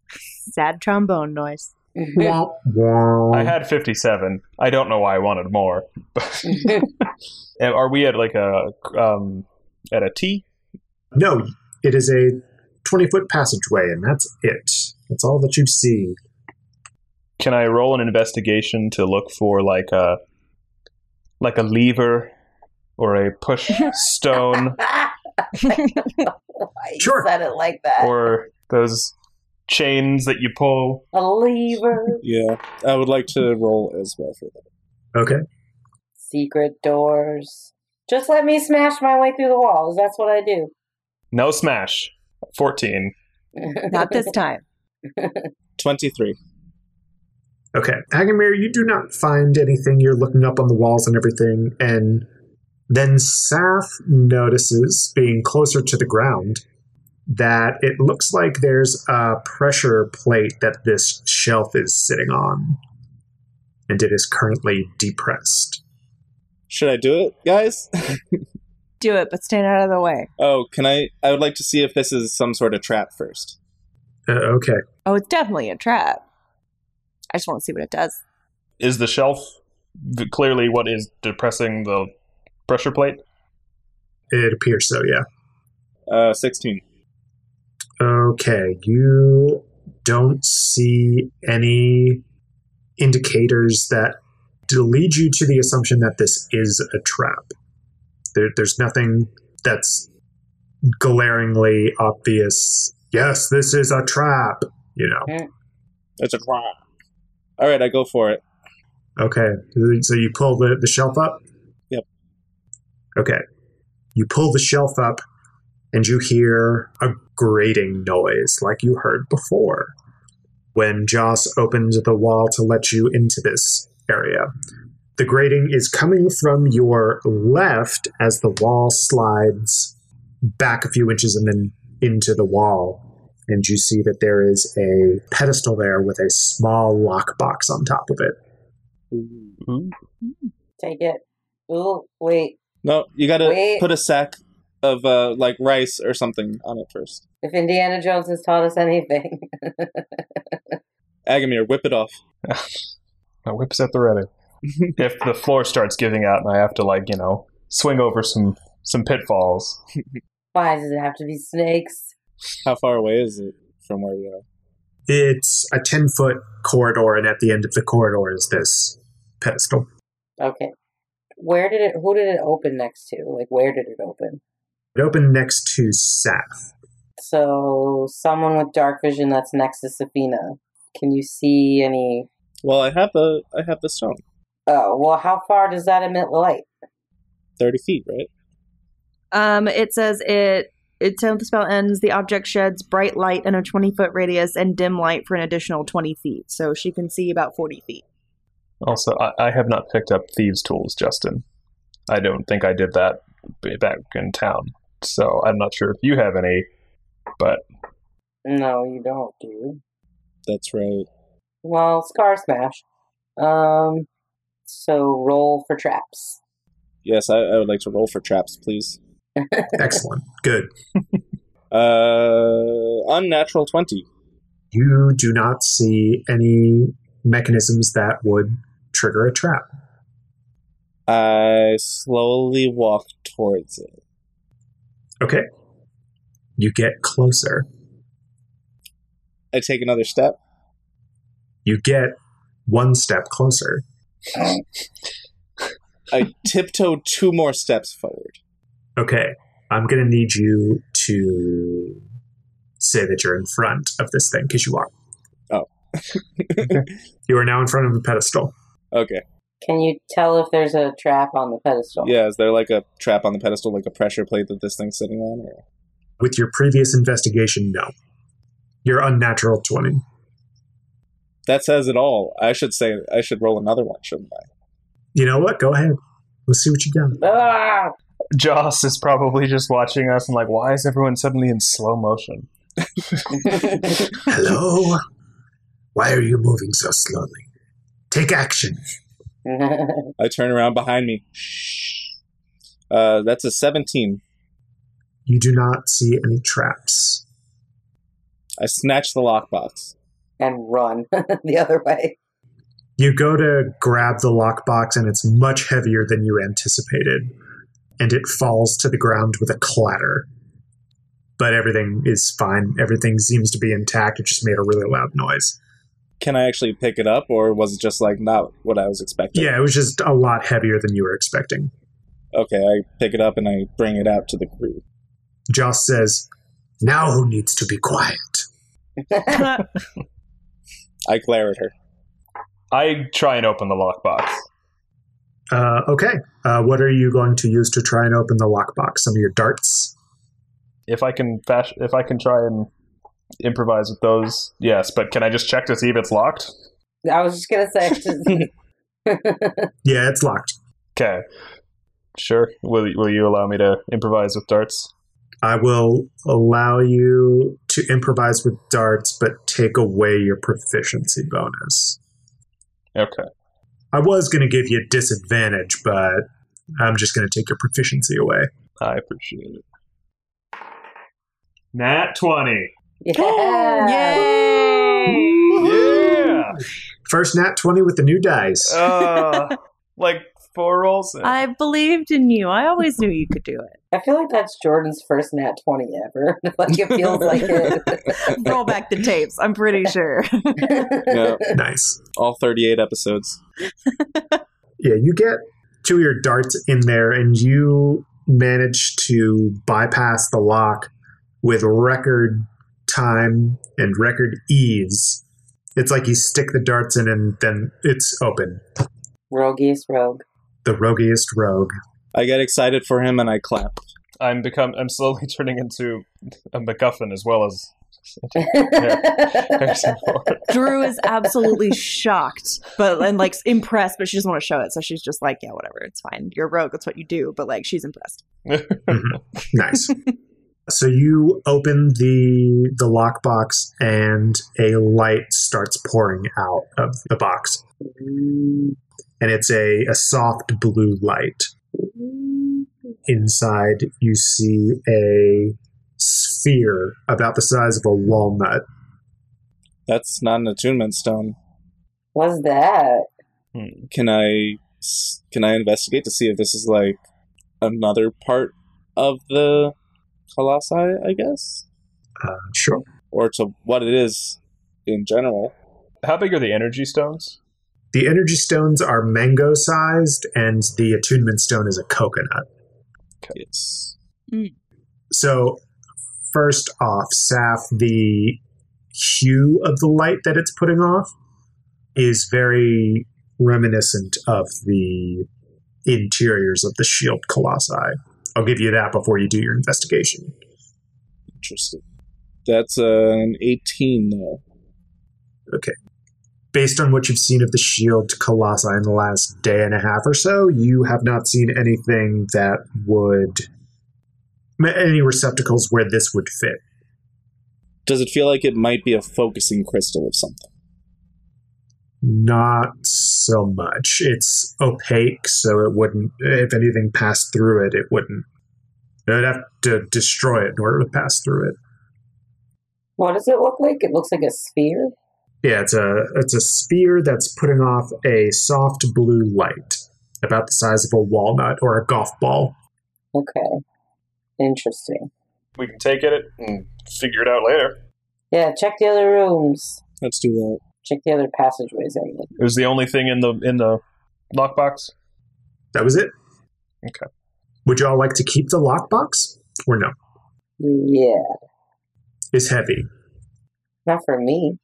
Speaker 2: Sad trombone noise.
Speaker 1: Womp, womp.
Speaker 8: I had 57. I don't know why I wanted more. And Are we at like a um at a T?
Speaker 1: no, it is a 20 foot passageway, and that's it. That's all that you see.
Speaker 8: Can I roll an investigation to look for like a like a lever or a push stone
Speaker 4: Why you
Speaker 1: Sure.
Speaker 4: said it like that.
Speaker 8: or those chains that you pull?
Speaker 4: a lever,
Speaker 3: Yeah. I would like to roll as well for that.
Speaker 1: Okay.
Speaker 4: secret doors. Just let me smash my way through the walls. That's what I do.
Speaker 8: No smash. 14.
Speaker 2: Not this time.
Speaker 3: 23.
Speaker 1: Okay. Agamir, you do not find anything. You're looking up on the walls and everything. And then Saf notices, being closer to the ground, that it looks like there's a pressure plate that this shelf is sitting on. And it is currently depressed.
Speaker 3: Should I do it, guys?
Speaker 2: Do it, but stand out of the way.
Speaker 3: oh, can I? I would like to see if this is some sort of trap first.
Speaker 1: Uh, okay.
Speaker 2: Oh, it's definitely a trap. I just want to see what it does.
Speaker 8: Is the shelf v- clearly what is depressing the pressure plate?
Speaker 1: It appears so, yeah.
Speaker 3: Uh, 16.
Speaker 1: Okay, you don't see any indicators that lead you to the assumption that this is a trap. There, there's nothing that's glaringly obvious. Yes, this is a trap. You know.
Speaker 3: That's a trap. All right, I go for it.
Speaker 1: Okay, so you pull the, the shelf up.
Speaker 3: Yep.
Speaker 1: Okay, you pull the shelf up, and you hear a grating noise like you heard before when Joss opened the wall to let you into this area. The grating is coming from your left as the wall slides back a few inches and then into the wall. And you see that there is a pedestal there with a small lockbox on top of it.
Speaker 8: Ooh.
Speaker 4: Take it. Ooh, wait.
Speaker 3: No, you gotta
Speaker 4: Wait.
Speaker 3: put a sack of, uh, like, rice or something on it first.
Speaker 4: If Indiana Jones has taught us anything,
Speaker 3: Agamir, whip it off.
Speaker 8: My whip's at the ready. if the floor starts giving out and I have to like, you know, swing over some some pitfalls.
Speaker 4: why does it have to be snakes?
Speaker 3: How far away is it from where we are?
Speaker 1: It's a 10 foot corridor, and at the end of the corridor is this pedestal.
Speaker 4: Okay. Where did it? Who did it open next to? Like, where did it open?
Speaker 1: It opened next to Saf.
Speaker 4: So, someone with dark vision that's next to Safina. Can you see any?
Speaker 3: Well, I have the I have the stone.
Speaker 4: Oh, well, how far does that emit light?
Speaker 3: Thirty feet, right?
Speaker 2: Um, it says it until the spell ends, the object sheds bright light in a twenty foot radius and dim light for an additional twenty feet, so she can see about forty feet.
Speaker 8: Also, I, I have not picked up thieves' tools, Justin. I don't think I did that b- back in town. So I'm not sure if you have any, but
Speaker 4: No, you don't, dude.
Speaker 3: That's right.
Speaker 4: Well, Scar Smash. Um, so roll for traps.
Speaker 3: Yes, I, I would like to roll for traps, please.
Speaker 1: Excellent. Good.
Speaker 3: Uh, unnatural 20.
Speaker 1: You do not see any mechanisms that would trigger a trap.
Speaker 3: I slowly walk towards it.
Speaker 1: Okay. You get closer.
Speaker 3: I take another step.
Speaker 1: You get one step closer.
Speaker 3: I tiptoe two more steps forward.
Speaker 1: Okay. I'm going to need you to say that you're in front of this thing because you are.
Speaker 3: Oh.
Speaker 1: you are now in front of the pedestal.
Speaker 3: Okay.
Speaker 4: Can you tell if there's a trap on the pedestal?
Speaker 3: Yeah, is there like a trap on the pedestal, like a pressure plate that this thing's sitting on? Or...
Speaker 1: With your previous investigation, no. You're unnatural 20.
Speaker 3: That says it all. I should say I should roll another one, shouldn't I?
Speaker 1: You know what? Go ahead. Let's see what you got.
Speaker 4: Ah!
Speaker 8: Joss is probably just watching us and like, why is everyone suddenly in slow motion?
Speaker 7: Hello? Why are you moving so slowly? Take action.
Speaker 3: I turn around behind me. Shh. Uh, that's a 17.
Speaker 1: You do not see any traps.
Speaker 3: I snatch the lockbox.
Speaker 4: and run the other way.
Speaker 1: You go to grab the lockbox, and it's much heavier than you anticipated, and it falls to the ground with a clatter. But everything is fine. Everything seems to be intact. It just made a really loud noise.
Speaker 3: Can I actually pick it up, or was it just like not what I was expecting?
Speaker 1: Yeah, it was just a lot heavier than you were expecting.
Speaker 3: Okay, I pick it up and I bring it out to the crew.
Speaker 1: Joss says,
Speaker 7: Now who needs to be quiet?
Speaker 3: I glare at her.
Speaker 8: I try and open the lockbox.
Speaker 1: uh, Okay, uh, what are you going to use to try and open the lockbox? Some of your darts?
Speaker 8: If I can fash- if I can try and improvise with those, yes, but can I just check to see if it's locked?
Speaker 4: I was just gonna say,
Speaker 1: Yeah, it's locked.
Speaker 8: Okay. Sure. Will will you allow me to improvise with darts?
Speaker 1: I will allow you to improvise with darts, but take away your proficiency bonus.
Speaker 8: Okay.
Speaker 1: I was going to give you a disadvantage, but I'm just going to take your proficiency away.
Speaker 8: I appreciate it. Nat 20.
Speaker 4: yeah,
Speaker 8: Yeah.
Speaker 1: First nat 20 with the new dice.
Speaker 8: Uh, like four rolls. in.
Speaker 2: I believed in you. I always knew you could do it.
Speaker 4: I feel like that's Jordan's first nat twenty ever. like it feels like
Speaker 2: Roll back the tapes. I'm pretty sure.
Speaker 4: it.
Speaker 3: Yeah,
Speaker 1: nice.
Speaker 3: all 38 episodes.
Speaker 1: Yeah, you get two of your darts in there, and you manage to bypass the lock with record time and record ease. It's like you stick the darts in, and then it's open.
Speaker 4: Rogue's rogue.
Speaker 1: The roguiest rogue.
Speaker 3: I get excited for him and I clap.
Speaker 8: I'm become I'm slowly turning into a MacGuffin as well as Harrison Ford.
Speaker 2: Drew is absolutely shocked, but and like impressed, but she doesn't want to show it. So she's just like, yeah, whatever, it's fine. You're a rogue. That's what you do. But like, she's impressed.
Speaker 1: Nice. so you open the the lockbox and a light starts pouring out of the box. And it's a, a soft blue light. Inside you see a sphere about the size of a walnut.
Speaker 3: That's not an attunement stone.
Speaker 4: What's that?
Speaker 3: Can I can I investigate to see if this is like another part of the colossi, I guess,
Speaker 1: Uh, sure.
Speaker 3: or to what it is in general?
Speaker 8: How big are the energy stones?
Speaker 1: The energy stones are mango sized and the attunement stone is a coconut.
Speaker 3: Yes.
Speaker 1: So, first off, Saf, the hue of the light that it's putting off is very reminiscent of the interiors of the shield E colossi. I'll give you that before you do your investigation.
Speaker 3: Interesting. That's uh, an 18 though.
Speaker 1: Based on what you've seen of the shield E colossi in the last day and a half or so, you have not seen anything that would ma- any receptacles where this would fit.
Speaker 3: Does it feel like it might be a focusing crystal of something?
Speaker 1: Not so much. It's opaque, so it wouldn't. If anything passed through it, it wouldn't. It would have to destroy it in order to pass through it.
Speaker 4: What does it look like? It looks like a sphere.
Speaker 1: Yeah, it's a it's a sphere that's putting off a soft blue light, about the size of a walnut or a golf ball.
Speaker 4: Okay. Interesting.
Speaker 8: We can take it and figure it out later.
Speaker 4: Yeah, check the other rooms.
Speaker 3: Let's do that.
Speaker 4: Check the other passageways. I mean.
Speaker 8: It was the only thing in the in the lockbox.
Speaker 1: That was it.
Speaker 8: Okay.
Speaker 1: Would you all like to keep the lockbox or no?
Speaker 4: Yeah,
Speaker 1: It's heavy.
Speaker 4: not for me.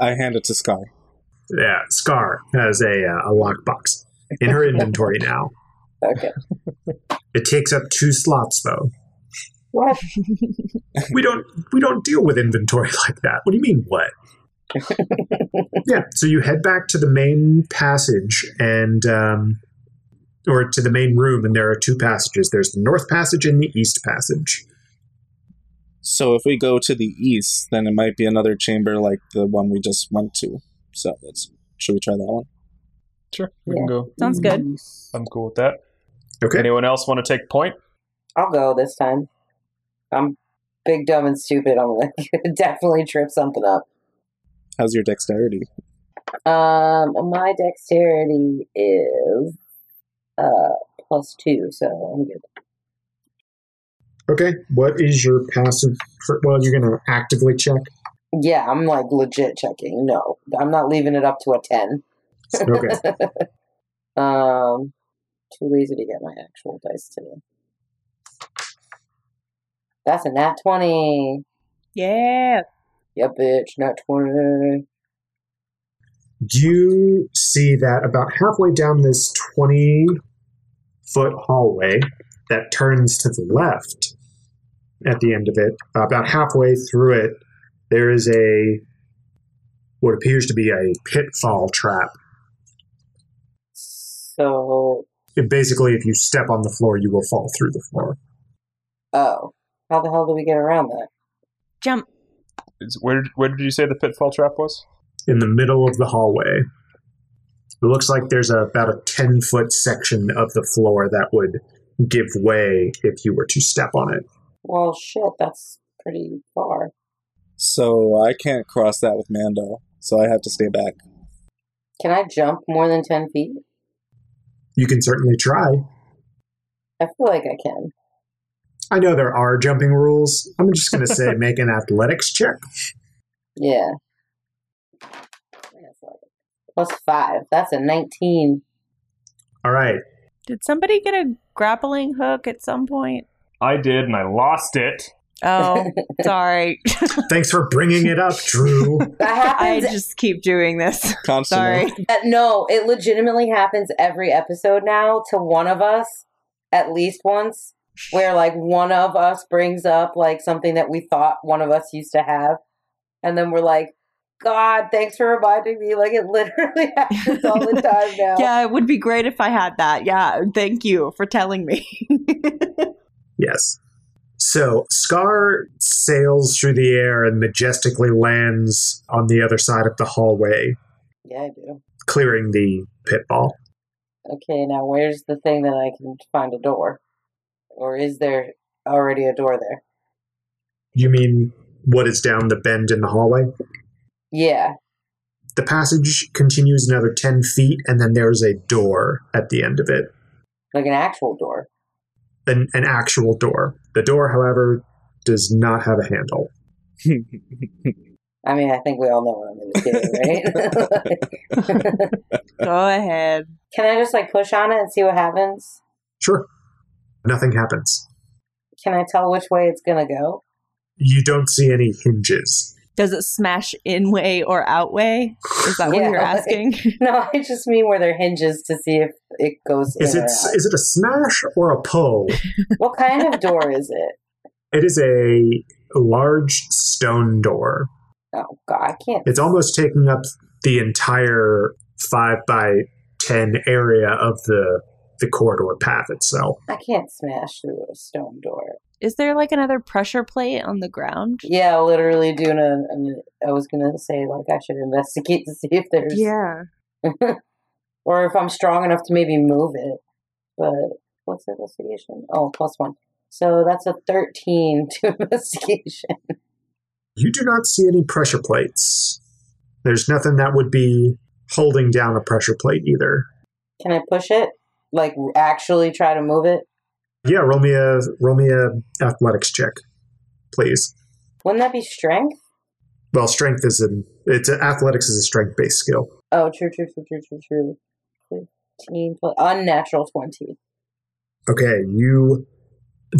Speaker 3: I hand it to Sky.
Speaker 1: Yeah, Scar has a uh, a lockbox in her inventory now.
Speaker 4: Okay.
Speaker 1: It takes up two slots though.
Speaker 4: What?
Speaker 1: We don't we don't deal with inventory like that. What do you mean what? yeah, so you head back to the main passage and um, or to the main room and there are two passages. There's the north passage and the east passage.
Speaker 3: So if we go to the east, then it might be another chamber like the one we just went to. So that's should we try that one?
Speaker 8: Sure, we can go.
Speaker 2: Sounds good.
Speaker 8: I'm cool with that.
Speaker 1: Okay.
Speaker 8: Anyone else want to take point?
Speaker 4: I'll go this time. I'm big, dumb, and stupid. I'm like definitely trip something up.
Speaker 3: How's your dexterity?
Speaker 4: Um, my dexterity is uh plus two, so I'm good.
Speaker 1: Okay. What is your passive for, well, you're gonna actively check.
Speaker 4: Yeah, I'm like legit checking. No, I'm not leaving it up to a ten.
Speaker 1: Okay.
Speaker 4: Um, too lazy to get my actual dice today. That's a nat twenty.
Speaker 2: Yeah.
Speaker 4: Yeah, bitch, nat twenty.
Speaker 1: you see that about halfway down this 20 foot hallway that turns to the left at the end of it, about halfway through it, there is a what appears to be a pitfall trap.
Speaker 4: So,
Speaker 1: It basically, if you step on the floor, you will fall through the floor.
Speaker 4: oh, how the hell do we get around that?
Speaker 2: Jump.
Speaker 8: Is, where where did you say the pitfall trap was?
Speaker 1: In the middle of the hallway, it looks like there's a, about a 10 foot section of the floor that would give way if you were to step on it.
Speaker 4: Well, shit, that's pretty far.
Speaker 3: So I can't cross that with Mando, so I have to stay back.
Speaker 4: Can I jump more than ten feet?
Speaker 1: You can certainly try.
Speaker 4: I feel like I can.
Speaker 1: I know there are jumping rules. I'm just going to say make an athletics check.
Speaker 4: Yeah. Plus five. That's a nineteen.
Speaker 1: All right.
Speaker 2: Did somebody get a grappling hook at some point?
Speaker 8: I did, and I lost it.
Speaker 2: Oh, sorry.
Speaker 1: Thanks for bringing it up, Drew.
Speaker 4: That
Speaker 2: I
Speaker 4: happens
Speaker 2: just keep doing this.
Speaker 3: Constantly.
Speaker 2: Sorry.
Speaker 4: Uh, no, it legitimately happens every episode now to one of us, at least once, where like one of us brings up like something that we thought one of us used to have. And then we're like, God, thanks for reminding me. Like it literally happens all the time now.
Speaker 2: Yeah, it would be great if I had that. Yeah, thank you for telling me.
Speaker 1: yes. So Scar sails through the air and majestically lands on the other side of the hallway,
Speaker 4: Yeah, I do.
Speaker 1: clearing the pitfall.
Speaker 4: Okay, now where's the thing that I can find a door? Or is there already a door there?
Speaker 1: You mean what is down the bend in the hallway?
Speaker 4: Yeah.
Speaker 1: The passage continues another 10 feet, and then there's a door at the end of it.
Speaker 4: Like an actual door.
Speaker 1: An, an actual door. The door, however, does not have a handle.
Speaker 4: I mean, I think we all know what I'm going to do, right?
Speaker 2: Go ahead.
Speaker 4: Can I just like push on it and see what happens?
Speaker 1: Sure. Nothing happens.
Speaker 4: Can I tell which way it's gonna go?
Speaker 1: You don't see any hinges.
Speaker 2: Does it smash in way or out way? Is that what
Speaker 4: Yeah,
Speaker 2: you're
Speaker 4: like-
Speaker 2: asking?
Speaker 4: No, I just mean where there are hinges to see if it goes in.
Speaker 1: Is it
Speaker 4: or out.
Speaker 1: is it a smash or a pull?
Speaker 4: what kind of door is it?
Speaker 1: It is a large stone door.
Speaker 4: Oh god, I can't.
Speaker 1: It's almost taking up the entire five by ten area of the the corridor path itself.
Speaker 4: I can't smash through a stone door.
Speaker 2: Is there like another pressure plate on the ground?
Speaker 4: Yeah, literally doing a. I, mean, I was gonna say like I should investigate to see if there's
Speaker 2: Yeah.
Speaker 4: or if I'm strong enough to maybe move it. But what's investigation? Oh, plus one. So that's a thirteen to investigation.
Speaker 1: You do not see any pressure plates. There's nothing that would be holding down a pressure plate either.
Speaker 4: Can I push it? Like actually try to move it?
Speaker 1: Yeah, roll me a roll me a athletics check, please.
Speaker 4: Wouldn't that be strength?
Speaker 1: Well, strength is an it's athletics is a strength based skill.
Speaker 4: Oh, true, true, true, true, true, true. Fifteen plus unnatural twenty.
Speaker 1: Okay, you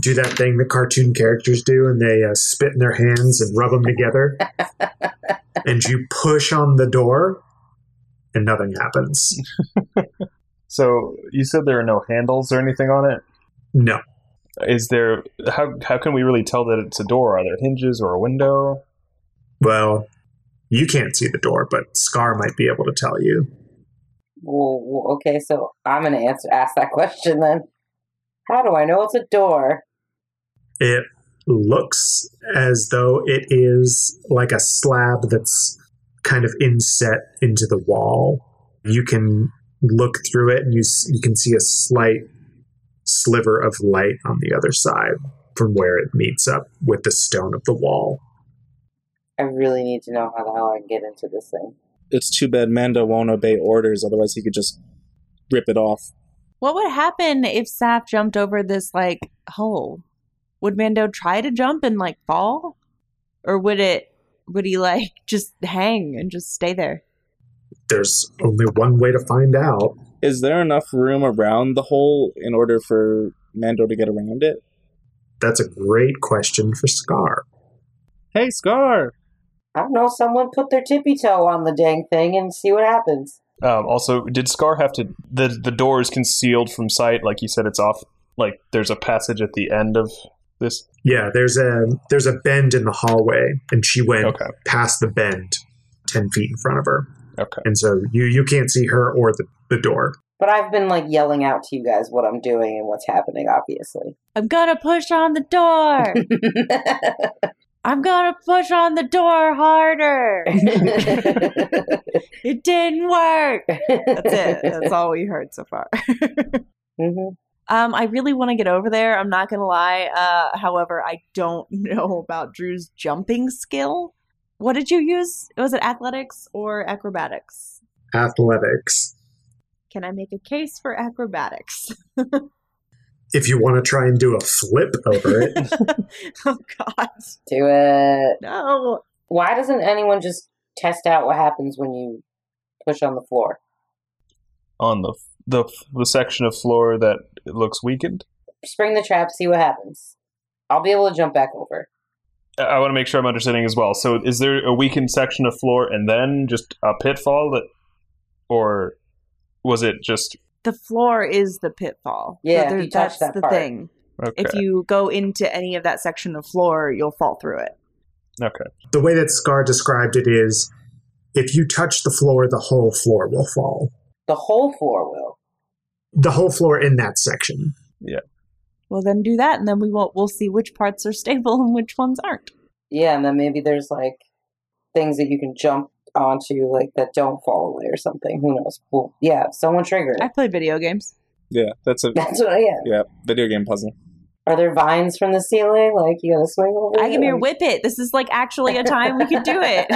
Speaker 1: do that thing that cartoon characters do, and they uh, spit in their hands and rub them together, and you push on the door, and nothing happens.
Speaker 8: So you said there are no handles or anything on it.
Speaker 1: No,
Speaker 8: Is there? How how can we really tell that it's a door? Are there hinges or a window?
Speaker 1: well, you can't see the door, but Scar might be able to tell you.
Speaker 4: Well, well, okay, so I'm gonna answer ask that question then. How do I know it's a door?
Speaker 1: It looks as though it is like a slab that's kind of inset into the wall. You can look through it and you, s- you can see a slight sliver of light on the other side from where it meets up with the stone of the wall.
Speaker 4: I really need to know how the hell I can get into this thing.
Speaker 3: It's too bad Mando won't obey orders, otherwise he could just rip it off.
Speaker 2: What would happen if Saf jumped over this like hole? Would Mando try to jump and like fall? Or would it would he like just hang and just stay there?
Speaker 1: There's only one way to find out.
Speaker 3: Is there enough room around the hole in order for Mando to get around it?
Speaker 1: That's a great question for Scar.
Speaker 3: Hey, Scar!
Speaker 4: I don't know, someone put their tippy toe on the dang thing and see what happens.
Speaker 8: Um, also, did Scar have to? The the door is concealed from sight, like you said. It's off. Like there's a passage at the end of this.
Speaker 1: Yeah, there's a there's a bend in the hallway, and she went
Speaker 8: Okay.
Speaker 1: past the bend ten feet in front of her.
Speaker 8: Okay.
Speaker 1: And so you you can't see her or the, the door.
Speaker 4: But I've been like yelling out to you guys what I'm doing and what's happening, obviously.
Speaker 2: I'm gonna push on the door. I'm gonna push on the door harder. It didn't work. That's it. That's all we heard so far.
Speaker 4: hmm
Speaker 2: Um, I really want to get over there. I'm not gonna lie. Uh, however, I don't know about Drew's jumping skill. What did you use? Was it athletics or acrobatics?
Speaker 1: Athletics.
Speaker 2: Can I make a case for acrobatics?
Speaker 1: If you want to try and do a flip over it,
Speaker 2: oh God,
Speaker 4: Do it.
Speaker 2: no!
Speaker 4: Why doesn't anyone just test out what happens when you push on the floor?
Speaker 8: On the the the section of floor that looks weakened.
Speaker 4: Spring the trap, see what happens. I'll be able to jump back over.
Speaker 8: I- I want to make sure I'm understanding as well. So, is there a weakened section of floor and then just a pitfall that, or was it just
Speaker 2: The floor is the pitfall.
Speaker 4: Yeah, if you touch
Speaker 2: that's
Speaker 4: that
Speaker 2: the
Speaker 4: part.
Speaker 2: thing.
Speaker 8: okay?
Speaker 2: If you go into any of that section of floor, you'll fall through it.
Speaker 8: okay,
Speaker 1: the way that Scar described it is if you touch the floor, the whole floor will fall.
Speaker 4: The whole floor will.
Speaker 1: The whole floor in that section.
Speaker 2: Well, then do that, and then we won't. We'll see which parts are stable and which ones aren't.
Speaker 4: Yeah, and then maybe there's like things that you can jump onto, like that don't fall away or something. Who knows? Well, yeah, someone trigger
Speaker 2: I
Speaker 4: it.
Speaker 2: play video games.
Speaker 3: Yeah, that's a
Speaker 4: That's what I am.
Speaker 3: yeah video game puzzle.
Speaker 4: Are there vines from the ceiling? Like you gotta swing over.
Speaker 2: I can
Speaker 4: it?
Speaker 2: be a whip it. This is like actually a time we could do it.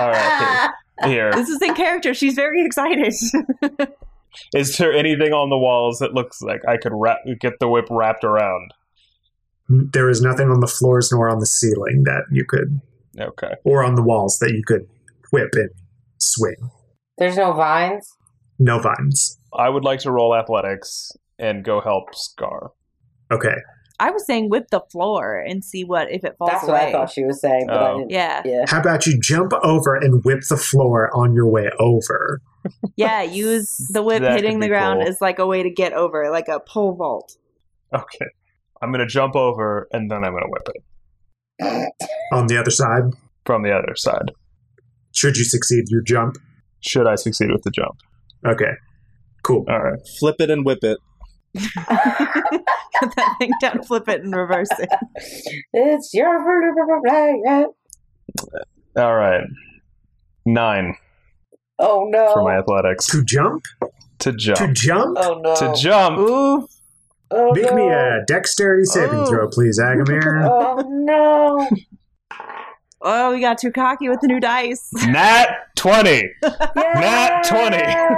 Speaker 8: all right. Here,
Speaker 2: this is in character. She's very excited.
Speaker 8: is there anything on the walls that looks like I could wrap, get the whip wrapped around?
Speaker 1: There is nothing on the floors nor on the ceiling that you could,
Speaker 8: Okay,
Speaker 1: or on the walls that you could whip and swing.
Speaker 4: There's no vines.
Speaker 1: No vines.
Speaker 8: I would like to roll athletics and go help Scar.
Speaker 1: Okay.
Speaker 2: I was saying whip the floor and see what if it falls
Speaker 4: That's what
Speaker 2: away.
Speaker 4: I thought she was saying, but I
Speaker 8: Oh.
Speaker 4: didn't.
Speaker 2: yeah,
Speaker 4: Yeah.
Speaker 1: How about you jump over and whip the floor on your way over?
Speaker 2: yeah. Use the whip
Speaker 8: That
Speaker 2: hitting
Speaker 8: could
Speaker 2: the
Speaker 8: be
Speaker 2: ground
Speaker 8: cool.
Speaker 2: as like a way to get over, like a pole vault.
Speaker 8: Okay, I'm gonna jump over and then I'm gonna whip it
Speaker 1: On the other side,
Speaker 8: from the other side.
Speaker 1: should you succeed, you jump.
Speaker 8: Should I succeed with the jump?
Speaker 1: Okay. Cool.
Speaker 8: All right,
Speaker 3: Flip it and whip it.
Speaker 2: Put that thing down, flip it, and reverse it.
Speaker 4: it's your vertebrae.
Speaker 8: All right. Nine
Speaker 4: Oh
Speaker 8: for my
Speaker 4: no.
Speaker 8: athletics.
Speaker 1: To jump?
Speaker 8: To jump.
Speaker 1: To jump?
Speaker 4: Oh no.
Speaker 8: To jump.
Speaker 2: Ooh,
Speaker 4: Oh,
Speaker 1: Make
Speaker 4: no.
Speaker 1: me a dexterity saving
Speaker 2: Oh.
Speaker 1: throw, please, Agamir.
Speaker 4: Oh no.
Speaker 2: oh, we got too cocky with the new dice.
Speaker 8: Nat 20. Nat 20.
Speaker 4: Yay!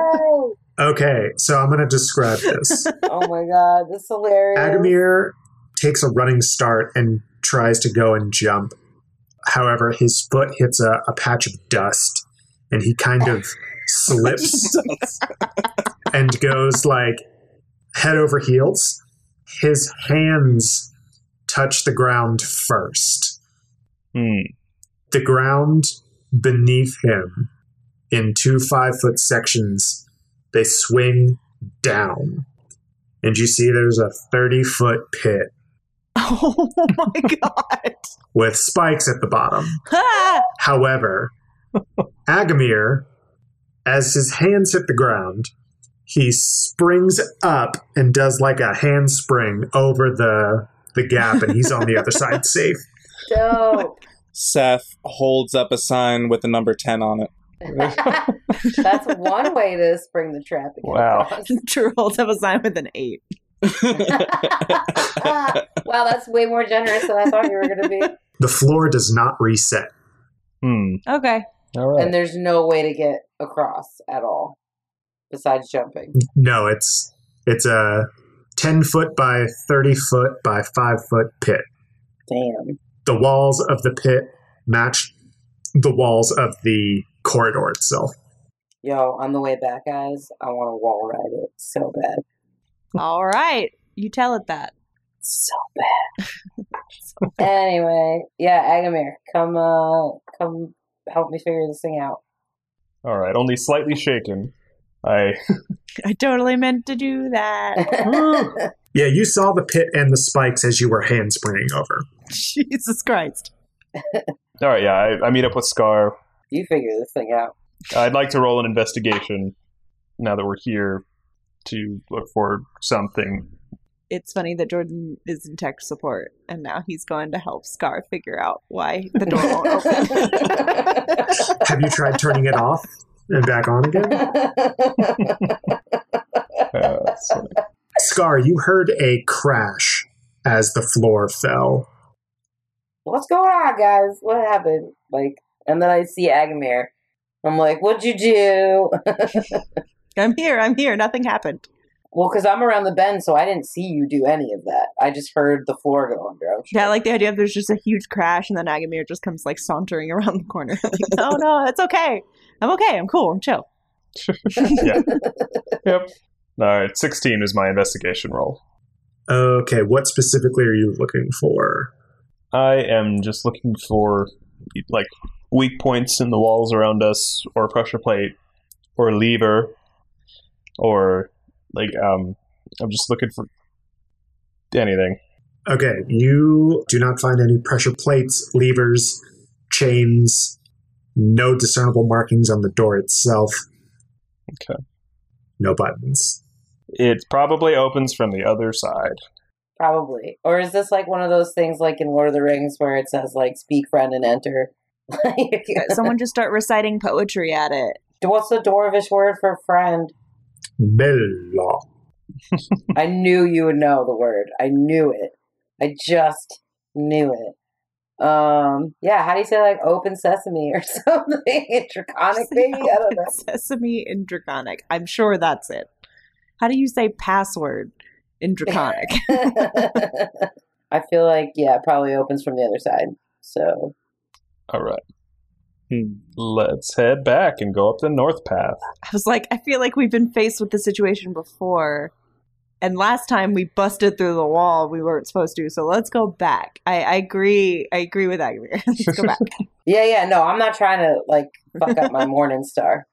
Speaker 1: okay, so I'm going to describe this.
Speaker 4: oh my god, this is hilarious.
Speaker 1: Agamir takes a running start and tries to go and jump. However, his foot hits a, a patch of dust and he kind of slips and goes like head over heels. His hands touch the ground first.
Speaker 8: Hmm.
Speaker 1: The ground beneath him, in two five foot sections, they swing down. And you see there's a 30 foot pit
Speaker 2: Oh my god!
Speaker 1: with spikes at the bottom.
Speaker 2: Ah!
Speaker 1: However, Agamir, as his hands hit the ground, he springs up and does like a handspring over the the gap, and he's on the other side safe.
Speaker 4: Dope.
Speaker 3: Seth holds up a sign with the number 10 on it.
Speaker 4: That's one way to spring the trap. again.
Speaker 8: Wow.
Speaker 2: True holds up a sign with an eight.
Speaker 4: wow, that's way more generous than I thought you were going to be.
Speaker 1: The floor does not reset.
Speaker 8: Hmm.
Speaker 2: Okay.
Speaker 8: All right.
Speaker 4: And there's no way to get across at all besides jumping.
Speaker 1: No, it's it's a ten foot by thirty foot by five foot pit.
Speaker 4: Damn.
Speaker 1: The walls of the pit match the walls of the corridor itself.
Speaker 4: Yo, on the way back, guys, I want to wall ride it so bad.
Speaker 2: All right. You tell it that.
Speaker 4: So bad. anyway, yeah, Agamir, come uh come help me figure this thing out.
Speaker 8: All right. Only slightly shaken. I
Speaker 2: I totally meant to do that.
Speaker 1: Yeah, you saw the pit and the spikes as you were handspringing over.
Speaker 2: Jesus Christ.
Speaker 8: All right, yeah, I, I meet up with Scar.
Speaker 4: you figure this thing out.
Speaker 8: I'd like to roll an investigation now that we're here to look for something.
Speaker 2: It's funny that Jordan is in tech support and now he's going to help Scar figure out why the door won't open.
Speaker 1: Have you tried turning it off and back on again?
Speaker 8: Uh, so-
Speaker 1: Scar, you heard a crash as the floor fell.
Speaker 4: What's going on, guys? What happened? Like, and then I see Agamir. I'm like, what'd you do?
Speaker 2: I'm here. I'm here. Nothing happened.
Speaker 4: Well, because I'm around the bend, so I didn't see you do any of that. I just heard the floor go under. I'm sure.
Speaker 2: Yeah, I like the idea of there's just a huge crash and then Agamir just comes like sauntering around the corner. Like, no, no, it's okay. I'm okay. I'm cool. I'm chill.
Speaker 8: yeah. Yep. All right, 16 is my investigation roll.
Speaker 1: Okay, what specifically are you looking for?
Speaker 8: I am just looking for, like, weak points in the walls around us, or a pressure plate, or a lever, or, like, um, I'm just looking for anything.
Speaker 1: Okay, you do not find any pressure plates, levers, chains, no discernible markings on the door itself.
Speaker 8: Okay.
Speaker 1: No buttons.
Speaker 8: It probably opens from the other side.
Speaker 4: Probably. Or is this like one of those things like in Lord of the Rings where it says like speak friend and enter? Like,
Speaker 2: Someone just start reciting poetry at it.
Speaker 4: what's the Dorvish word for friend?
Speaker 1: Bella.
Speaker 4: I knew you would know the word. I knew it. I just knew it. Um, yeah, how do you say like open sesame or something? Draconic baby? I don't know.
Speaker 2: Sesame in Draconic. I'm sure that's it. How do you say password in Draconic?
Speaker 4: I feel like yeah, it probably opens from the other side. So
Speaker 8: All right.
Speaker 3: Hmm.
Speaker 8: Let's head back and go up the north path.
Speaker 2: I was like, I feel like we've been faced with this situation before. And last time we busted through the wall we weren't supposed to, so let's go back. I, I agree. I agree with Agamir. let's go back.
Speaker 4: yeah, yeah, no, I'm not trying to like fuck up my morning star.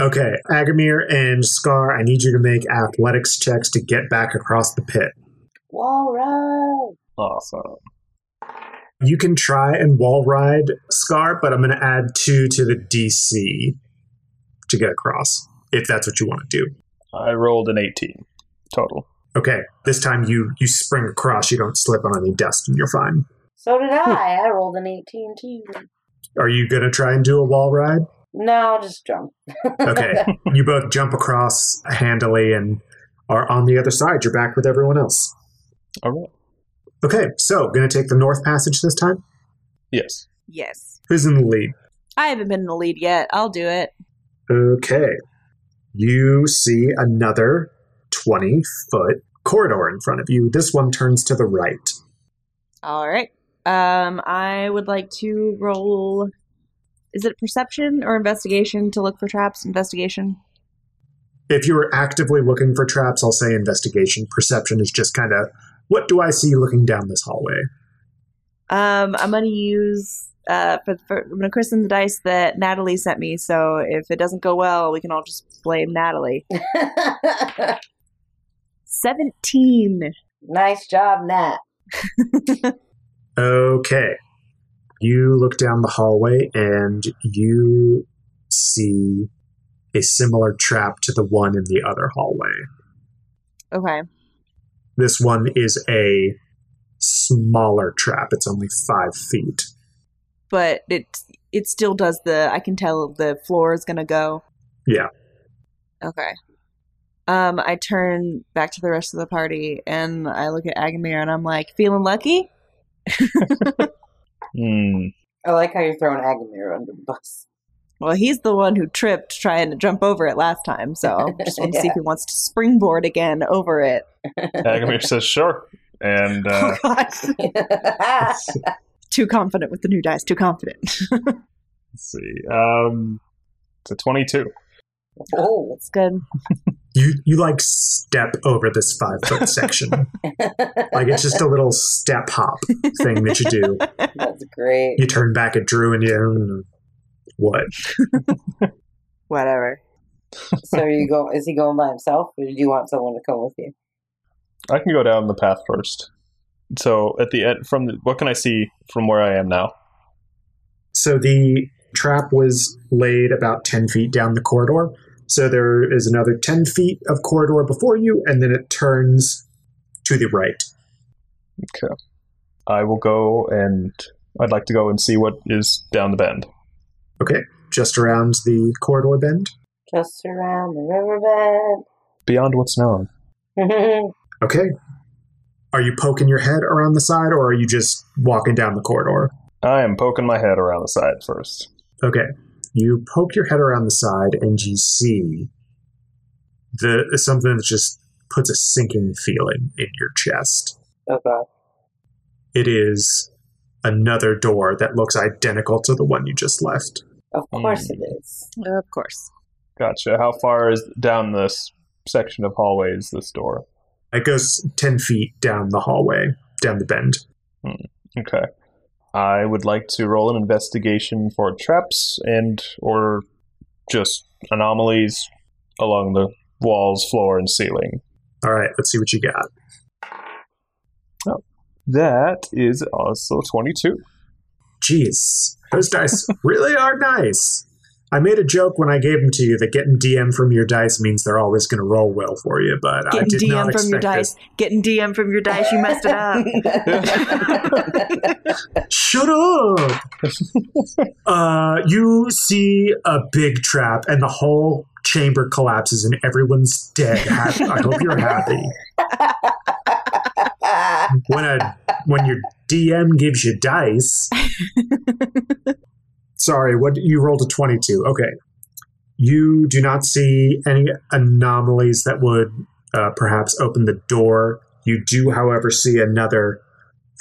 Speaker 1: Okay, Agamir and Scar, I need you to make athletics checks to get back across the pit.
Speaker 4: Wall right.
Speaker 8: Awesome.
Speaker 1: You can try and wall ride Scar, but I'm going to add two to the DC to get across, if that's what you want to do.
Speaker 8: I rolled an 18 total.
Speaker 1: Okay, this time you you spring across. You don't slip on any dust, and you're fine.
Speaker 4: So did
Speaker 1: Hmm.
Speaker 4: I. I rolled an 18 too.
Speaker 1: Are you gonna try and do a wall ride?
Speaker 4: No, I'll just jump.
Speaker 1: Okay, you both jump across handily and are on the other side. You're back with everyone else.
Speaker 8: All right.
Speaker 1: Okay, so gonna take the north passage this time.
Speaker 8: Yes.
Speaker 2: Yes.
Speaker 1: Who's in the lead?
Speaker 2: I haven't been in the lead yet. I'll do it.
Speaker 1: Okay, you see another twenty foot corridor in front of you. This one turns to the right.
Speaker 2: All right. Um, I would like to roll. Is it perception or investigation to look for traps? Investigation.
Speaker 1: If you were actively looking for traps, I'll say investigation. Perception is just kind of what do I see looking down this hallway?
Speaker 2: Um, I'm gonna use uh for, for I'm gonna christen the dice that Natalie sent me. So if it doesn't go well, we can all just blame Natalie. Seventeen.
Speaker 4: nice job, Nat.
Speaker 1: Okay. You look down the hallway and you see a similar trap to the one in the other hallway.
Speaker 2: Okay.
Speaker 1: This one is a smaller trap, it's only five feet.
Speaker 2: but it it still does the I can tell the floor is gonna go.
Speaker 1: Yeah.
Speaker 2: Okay. Um, I turn back to the rest of the party and I look at Agamir and I'm like, feeling lucky?
Speaker 8: Hmm.
Speaker 4: I like how you're throwing Agamir under the bus.
Speaker 2: Well, he's the one who tripped trying to jump over it last time, so I just want to see
Speaker 4: Yeah.
Speaker 2: if he wants to springboard again over it.
Speaker 8: Agamir says sure, and
Speaker 2: oh
Speaker 8: uh,
Speaker 2: god.
Speaker 4: That's
Speaker 2: too confident with the new dice, too confident.
Speaker 8: let's see. Um, it's a twenty-two.
Speaker 4: oh.
Speaker 2: That's good.
Speaker 1: You you like step over this five foot section. like it's just a little step hop thing that you do.
Speaker 4: That's great.
Speaker 1: You turn back at Drew and you hmm, what?
Speaker 2: Whatever.
Speaker 4: So are you go? Is he going by himself, or do you want someone to come with you?
Speaker 8: I can go down the path first. So at the end, from the, what can I see from where I am now?
Speaker 1: So the trap was laid about 10 feet down the corridor. So there is another 10 feet of corridor before you, and then it turns to the right.
Speaker 8: I will go and I'd like to go and see what is down the bend.
Speaker 1: Just around the corridor bend.
Speaker 4: Just around the riverbed.
Speaker 8: Beyond what's known.
Speaker 1: Okay. Are you poking your head around the side, or are you just walking down the corridor?
Speaker 8: I am poking my head around the side first.
Speaker 1: Okay. You poke your head around the side, and you see the something that just puts a sinking feeling in your chest.
Speaker 4: oh god.
Speaker 1: it is another door that looks identical to the one you just left.
Speaker 4: Of
Speaker 1: Hmm.
Speaker 4: course it is.
Speaker 2: Of course.
Speaker 8: Gotcha. How far is down this section of hallway is this door?
Speaker 1: It goes 10 feet down the hallway, down the bend.
Speaker 8: Okay. I would like to roll an investigation for traps and or just anomalies along the walls, floor, and ceiling.
Speaker 1: All right, let's see what you got.
Speaker 8: That is also twenty-two.
Speaker 1: Jeez, those dice really are nice. I made a joke when I gave them to you that getting DM from your dice means they're always going to roll well for you, but I
Speaker 2: Getting
Speaker 1: did not
Speaker 2: DM
Speaker 1: expect
Speaker 2: from your dice. Getting DM from your dice, you messed it up.
Speaker 1: this. Shut up! uh, you see a big trap, and the whole chamber collapses, and everyone's dead. Ha- I hope you're happy. when a when your DM gives you dice. sorry, what you rolled a twenty-two. Okay, you do not see any anomalies that would uh, perhaps open the door. You do, however, see another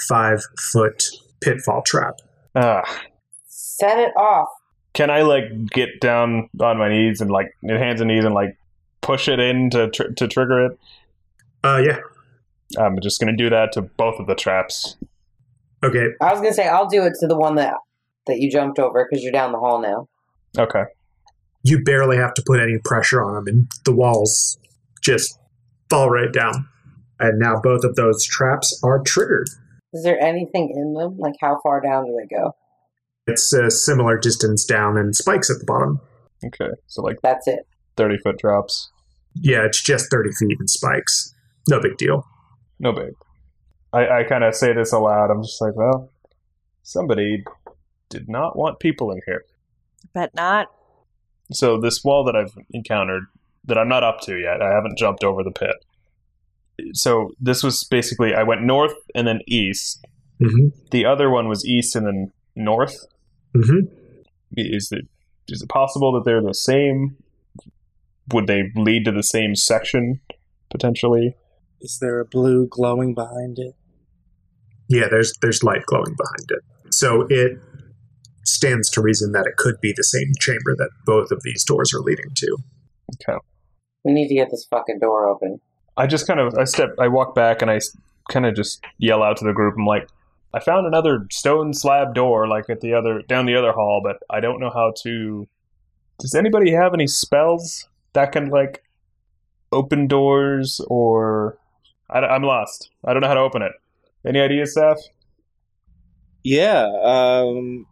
Speaker 1: five-foot pitfall trap.
Speaker 8: Ah.
Speaker 4: Set it off.
Speaker 8: Can I like get down on my knees and like hands and knees and like push it in to tr- to trigger it?
Speaker 1: Uh, yeah.
Speaker 8: I'm just gonna do that to both of the traps.
Speaker 1: Okay.
Speaker 4: I was gonna say I'll do it to the one that that you jumped over because you're down the hall now.
Speaker 8: Okay.
Speaker 1: You barely have to put any pressure on them, and the walls just fall right down. And now both of those traps are triggered.
Speaker 4: Is there anything in them? Like how far down do they go?
Speaker 1: It's a similar distance down and spikes at the bottom.
Speaker 8: Okay. So like
Speaker 4: That's it.
Speaker 8: thirty foot drops.
Speaker 1: Yeah, it's just 30 feet and spikes. No big deal.
Speaker 8: No big. I, I kind of say this aloud. I'm just like, well, somebody did not want people in here.
Speaker 2: but not.
Speaker 8: So this wall that I've encountered that I'm not up to yet, I haven't jumped over the pit. So this was basically I went north and then east.
Speaker 1: Mhm.
Speaker 8: The other one was east and then north.
Speaker 1: Mhm.
Speaker 8: Is it is it possible that they're the same? Would they lead to the same section potentially?
Speaker 3: Is there a blue glowing behind it?
Speaker 1: Yeah, there's there's light glowing behind it. So it stands to reason that it could be the same chamber that both of these doors are leading to.
Speaker 4: We need to get this fucking door open.
Speaker 8: I just kind of I step I walk back and I kind of just yell out to the group. I'm like, I found another stone slab door like at the other down the other hall, but I don't know how to. Does anybody have any spells that can like open doors or I, am lost. I don't know how to open it. Any ideas, Seth?
Speaker 3: Yeah. Um,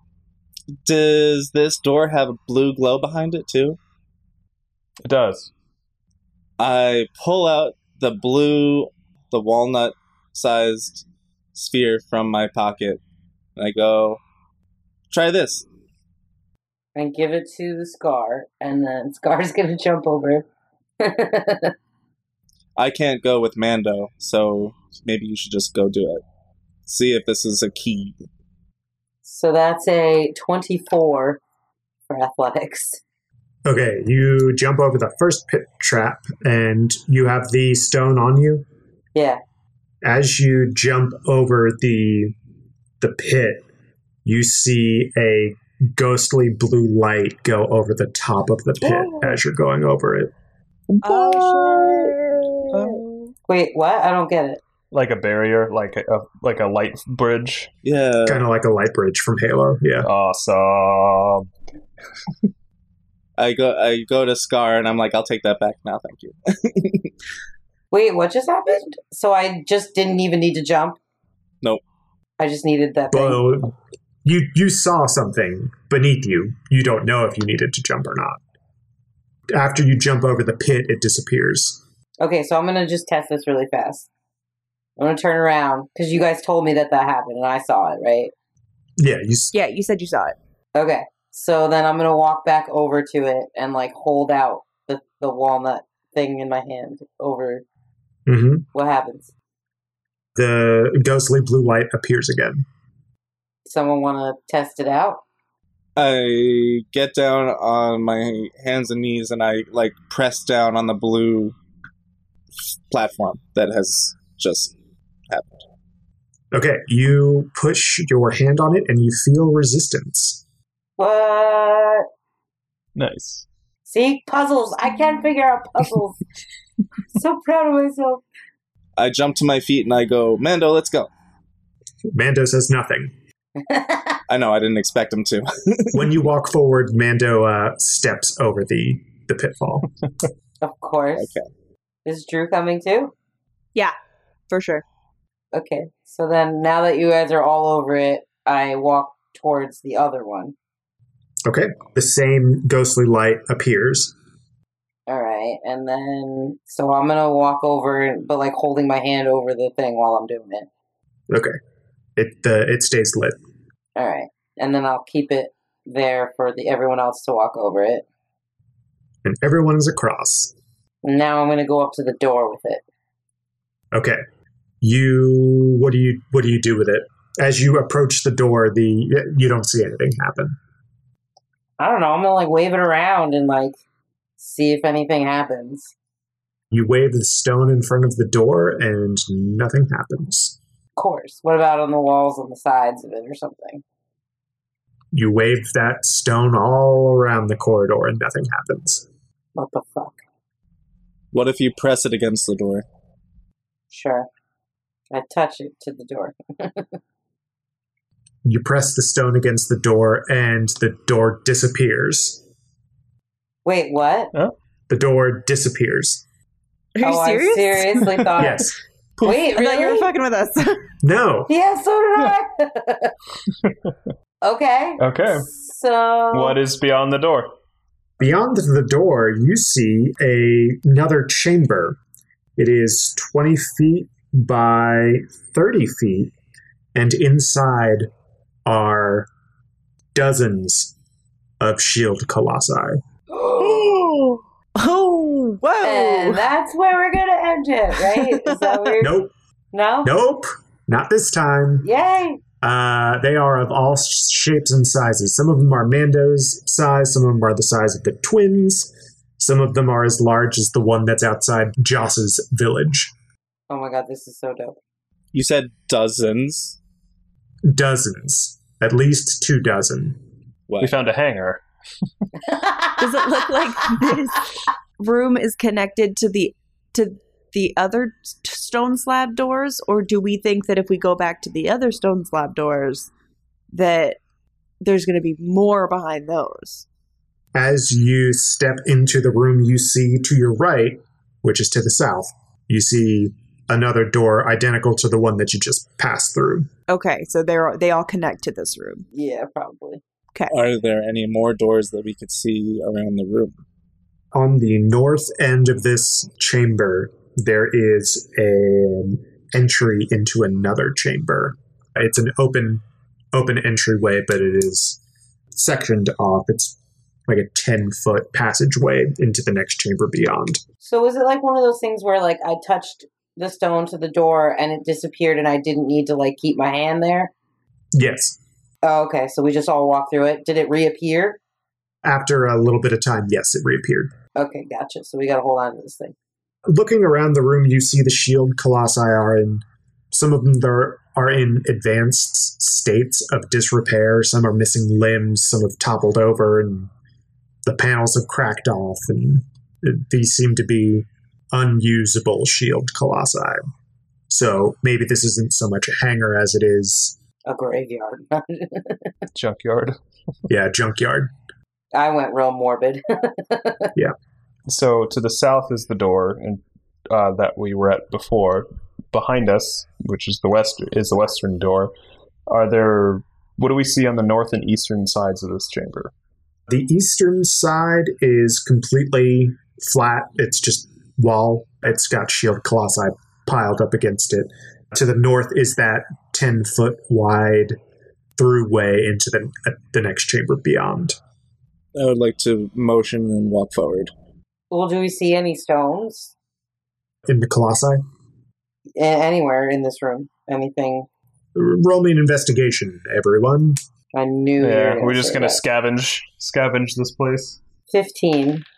Speaker 3: does this door have a blue glow behind it too?
Speaker 8: It does.
Speaker 3: I pull out the blue, the walnut sized sphere from my pocket. And I go, try this.
Speaker 4: And give it to the Scar, and then Scar's gonna jump over it.
Speaker 3: I can't go with Mando, so maybe you should just go do it. See if this is a key.
Speaker 4: so that's a 24 for athletics.
Speaker 1: Okay, you jump over the first pit trap and you have the stone on you.
Speaker 4: Yeah.
Speaker 1: as you jump over the the pit, you see a ghostly blue light go over the top of the pit as you're going over it.
Speaker 2: Oh,
Speaker 4: Wait, what? I don't get it.
Speaker 8: Like a barrier, like a like a light bridge.
Speaker 3: Yeah.
Speaker 1: Kind of like a light bridge from Halo. Yeah.
Speaker 8: Awesome.
Speaker 3: I go I go to Scar and I'm like, I'll take that back now, thank you.
Speaker 4: Wait, what just happened? So I just didn't even need to jump.
Speaker 3: Nope.
Speaker 4: I just needed that thing.
Speaker 1: But you you saw something beneath you. You don't know if you needed to jump or not. After you jump over the pit, it disappears.
Speaker 4: Okay, so I'm gonna just test this really fast. I'm gonna turn around because you guys told me that that happened and I saw it, right?
Speaker 1: Yeah, you s-
Speaker 2: yeah. You said you saw it.
Speaker 4: Okay, so then I'm gonna walk back over to it and like hold out the the walnut thing in my hand over
Speaker 1: mhm.
Speaker 4: what happens.
Speaker 1: the ghostly blue light appears again.
Speaker 4: Someone want to test it out?
Speaker 3: I get down on my hands and knees and I like press down on the blue platform that has just
Speaker 1: Okay, you push your hand on it and you feel resistance.
Speaker 4: What?
Speaker 8: Nice.
Speaker 4: See puzzles. I can't figure out puzzles. so proud of myself.
Speaker 3: I jump to my feet and I go, Mando, let's go.
Speaker 1: Mando says nothing.
Speaker 3: I know I didn't expect him to.
Speaker 1: when you walk forward, Mando uh, steps over the the pitfall.
Speaker 4: Of course.
Speaker 3: Okay.
Speaker 4: Is Drew coming too?
Speaker 2: For sure.
Speaker 4: Okay. So then now that you guys are all over it, I walk towards the other one.
Speaker 1: Okay. The same ghostly light appears.
Speaker 4: All right. And then so I'm going to walk over but like holding my hand over the thing while I'm doing it.
Speaker 1: Okay. It the it stays lit.
Speaker 4: All right. And then I'll keep it there for the everyone else to walk over it.
Speaker 1: And everyone is across.
Speaker 4: Now I'm going to go up to the door with it.
Speaker 1: Okay. You what do you what do you do with it? As you approach the door, the you don't see anything happen.
Speaker 4: I don't know. I'm going to like wave it around and like see if anything happens.
Speaker 1: You wave the stone in front of the door and nothing happens.
Speaker 4: Of course. What about on the walls on the sides of it or something?
Speaker 1: You wave that stone all around the corridor and nothing happens.
Speaker 4: What the fuck?
Speaker 3: what if you press it against the door?
Speaker 4: Sure. I touch it to the door.
Speaker 1: You press the stone against the door and the door disappears.
Speaker 4: Wait, what?
Speaker 1: the door disappears.
Speaker 2: Are you
Speaker 4: oh,
Speaker 2: serious?
Speaker 4: I seriously thought.
Speaker 1: yes.
Speaker 4: Wait,
Speaker 2: I thought you were
Speaker 4: really?
Speaker 2: fucking with us.
Speaker 1: No.
Speaker 4: Yeah, so did I. okay.
Speaker 8: Okay.
Speaker 4: So
Speaker 8: What is beyond the door?
Speaker 1: Beyond the door, you see a, another chamber. It is 20 feet by 30 feet, and inside are dozens of shield colossi.
Speaker 2: Oh, whoa.
Speaker 4: and that's where we're gonna end it, right? Is that weird?
Speaker 1: Nope,
Speaker 4: No.
Speaker 1: nope, not this time.
Speaker 4: Yay!
Speaker 1: Uh, they are of all sh- shapes and sizes. Some of them are Mando's size, some of them are the size of the twins, some of them are as large as the one that's outside Joss's village.
Speaker 4: Oh my god, this is so dope.
Speaker 3: You said dozens.
Speaker 1: Dozens, at least two dozen.
Speaker 3: Wow.
Speaker 8: We found a hangar.
Speaker 2: Does it look like this room is connected to the to the other s- stone slab doors, or do we think that if we go back to the other stone slab doors, that there's going to be more behind those?
Speaker 1: As you step into the room, you see to your right, which is to the south, you see another door identical to the one that you just passed through.
Speaker 2: Okay, so they're they all connect to this room.
Speaker 4: Yeah, probably.
Speaker 3: Are there any more doors that we could see around the room?
Speaker 1: On the north end of this chamber, there is an entry into another chamber. It's an open open entryway, but it is sectioned off. It's like a 10 foot passageway into the next chamber beyond.
Speaker 4: So was it like one of those things where like I touched the stone to the door and it disappeared and I didn't need to like keep my hand there?
Speaker 1: Yes.
Speaker 4: Oh, okay, so we just all walked through it. Did it reappear?
Speaker 1: After a little bit of time, yes, it reappeared.
Speaker 4: Okay, gotcha. So we gotta hold on to this thing.
Speaker 1: looking around the room, you see the shield colossi are in some of them are, are in advanced states of disrepair. Some are missing limbs. Some have toppled over, and the panels have cracked off. And these seem to be unusable shield colossi. So maybe this isn't so much a hangar as it is,
Speaker 4: A graveyard.
Speaker 8: Junkyard.
Speaker 1: yeah, a junkyard.
Speaker 4: I went real morbid.
Speaker 8: So to the south is the door and uh, that we were at before. Behind us, which is the west, is the western door. Are there? What do we see on the north and eastern sides of this chamber?
Speaker 1: The eastern side is completely flat. It's just wall. It's got shield colossi piled up against it. To the north is that 10 foot wide throughway into the, uh, the next chamber beyond.
Speaker 3: I would like to motion and walk forward.
Speaker 4: well, do we see any stones
Speaker 1: In the colossi,
Speaker 4: A- anywhere in this room? Anything?
Speaker 1: roll me an investigation, everyone.
Speaker 4: I knew. you were
Speaker 8: yeah,
Speaker 4: gonna
Speaker 8: we're just
Speaker 4: say
Speaker 8: gonna
Speaker 4: that.
Speaker 8: scavenge, scavenge this place.
Speaker 4: Fifteen.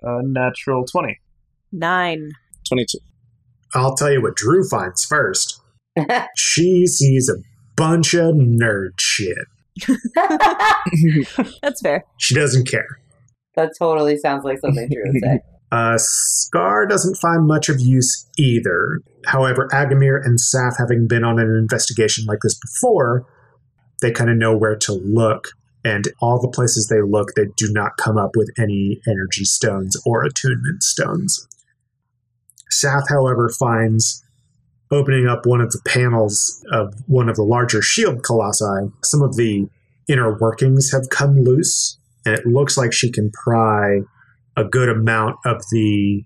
Speaker 8: Uh, natural twenty.
Speaker 2: Nine.
Speaker 3: 22.
Speaker 1: I'll tell you what Drew finds first. She sees a bunch of nerd shit.
Speaker 2: That's fair.
Speaker 1: She doesn't care.
Speaker 4: That totally sounds like something Drew would say.
Speaker 1: Uh, Scar doesn't find much of use either. However, Agamir and Saf, having been on an investigation like this before, they kind of know where to look. And all the places they look, they do not come up with any energy stones or attunement stones. Saf, however, finds opening up one of the panels of one of the larger shield colossi, some of the inner workings have come loose, and it looks like she can pry a good amount of the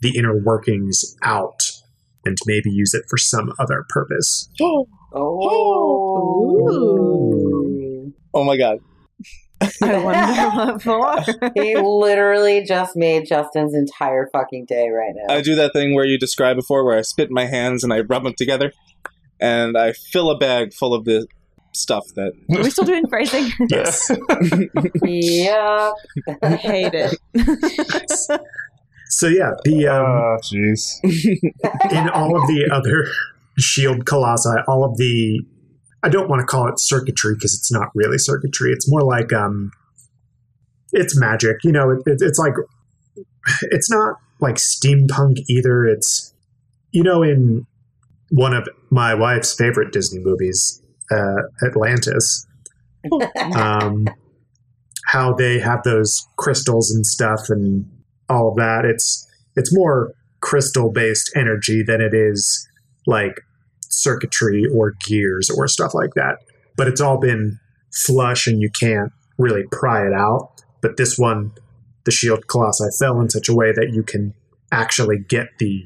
Speaker 1: the inner workings out and maybe use it for some other purpose.
Speaker 4: Oh.
Speaker 3: Oh my god.
Speaker 2: I wonder what for.
Speaker 4: he literally just made Justin's entire fucking day right now.
Speaker 3: I do that thing where you described before where I spit in my hands and I rub them together and I fill a bag full of the stuff that.
Speaker 2: Are we still doing phrasing?
Speaker 8: Uh,
Speaker 1: Yes.
Speaker 4: yep.
Speaker 2: I hate it.
Speaker 1: so yeah, the um,
Speaker 8: Ah, jeez.
Speaker 1: in all of the other shield colossi, all of the I don't want to call it circuitry because it's not really circuitry. It's more like um, it's magic. You know, it, it, it's like it's not like steampunk either. It's you know, in one of my wife's favorite Disney movies, uh, Atlantis, um, how they have those crystals and stuff and all of that. It's it's more crystal based energy than it is like circuitry or gears or stuff like that. But it's all been flush and you can't really pry it out. But this one, the shield colossi fell in such a way that you can actually get the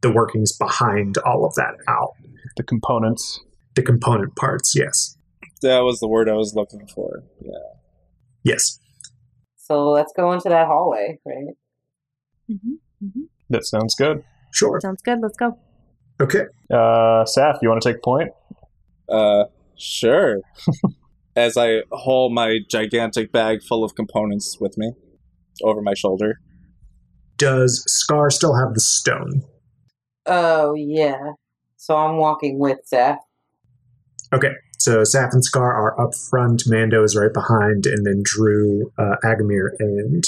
Speaker 1: the workings behind all of that out.
Speaker 8: the components.
Speaker 1: The component parts, yes.
Speaker 3: That was the word I was looking for. Yeah.
Speaker 1: Yes.
Speaker 4: So let's go into that hallway, right?
Speaker 2: Mm-hmm.
Speaker 8: That sounds good.
Speaker 1: Sure.
Speaker 2: Sounds good. Let's go.
Speaker 1: Okay.
Speaker 8: Uh, Saf, you want to take point?
Speaker 3: Uh, sure. As I haul my gigantic bag full of components with me over my shoulder.
Speaker 1: Does Scar still have the stone?
Speaker 4: Oh yeah. So I'm walking with Seth.
Speaker 1: So Saf and Scar are up front, Mando is right behind, and then Drew, uh, Agamir, and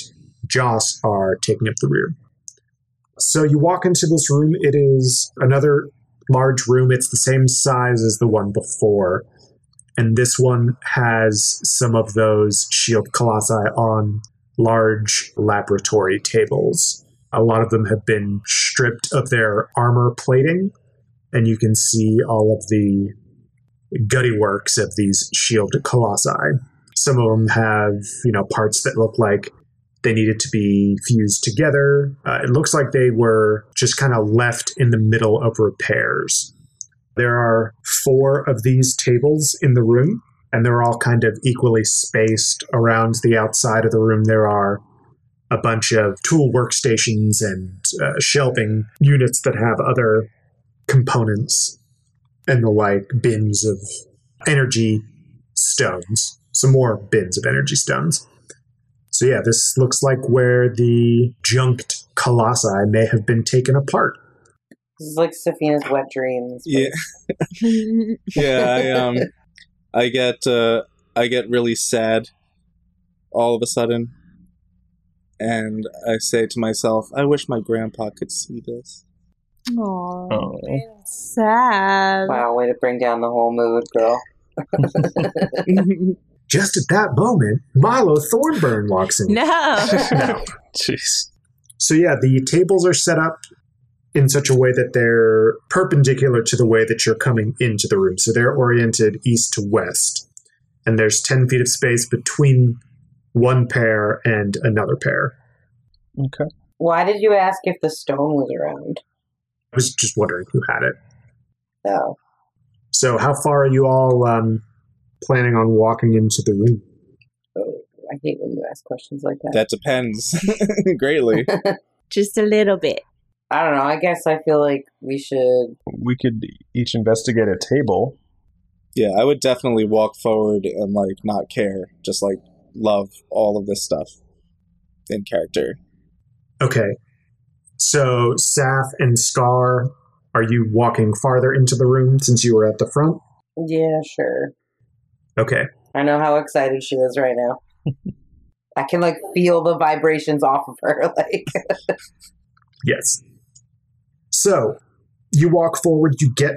Speaker 1: Joss are taking up the rear. So you walk into this room. It is another large room. It's the same size as the one before. And this one has some of those shield colossi on large laboratory tables. A lot of them have been stripped of their armor plating, and you can see all of the gutty works of these shield colossi. Some of them have, you know, parts that look like they needed to be fused together. Uh, it looks like they were just kind of left in the middle of repairs. There are four of these tables in the room, and they're all kind of equally spaced around the outside of the room. There are a bunch of tool workstations and uh, shelving units that have other components and the like bins of energy stones. Some more bins of energy stones. So yeah, this looks like where the junked colossi may have been taken apart.
Speaker 4: This is like Safina's wet dreams.
Speaker 3: Yeah. yeah, I um, I get uh, I get really sad all of a sudden, and I say to myself, "I wish my grandpa could see this."
Speaker 2: Aww.
Speaker 8: Oh.
Speaker 2: Sad.
Speaker 4: Wow, way to bring down the whole mood, girl.
Speaker 1: Just at that moment, Milo Thornburn walks in.
Speaker 2: No.
Speaker 1: No.
Speaker 8: Oh, Jeez.
Speaker 1: So yeah, the tables are set up in such a way that they're perpendicular to the way that you're coming into the room. So they're oriented east to west. And there's 10 feet of space between one pair and another pair.
Speaker 8: Okay.
Speaker 4: Why did you ask if the stone was around?
Speaker 1: I was just wondering who had it.
Speaker 4: No.
Speaker 1: So, how far are you all um, planning on walking into the room?
Speaker 4: Oh, I hate when you ask questions like that.
Speaker 3: That depends greatly.
Speaker 2: Just a little bit.
Speaker 4: I don't know. I guess I feel like we should.
Speaker 8: We could each investigate a table.
Speaker 3: Yeah, I would definitely walk forward and like not care, just like love all of this stuff in character.
Speaker 1: Okay. So, Saf and Scar, are you walking farther into the room since you were at the front?
Speaker 4: Yeah, sure.
Speaker 1: Okay.
Speaker 4: I know how excited she is right now. I can like feel the vibrations off of her. Like,
Speaker 1: Yes. So you walk forward, you get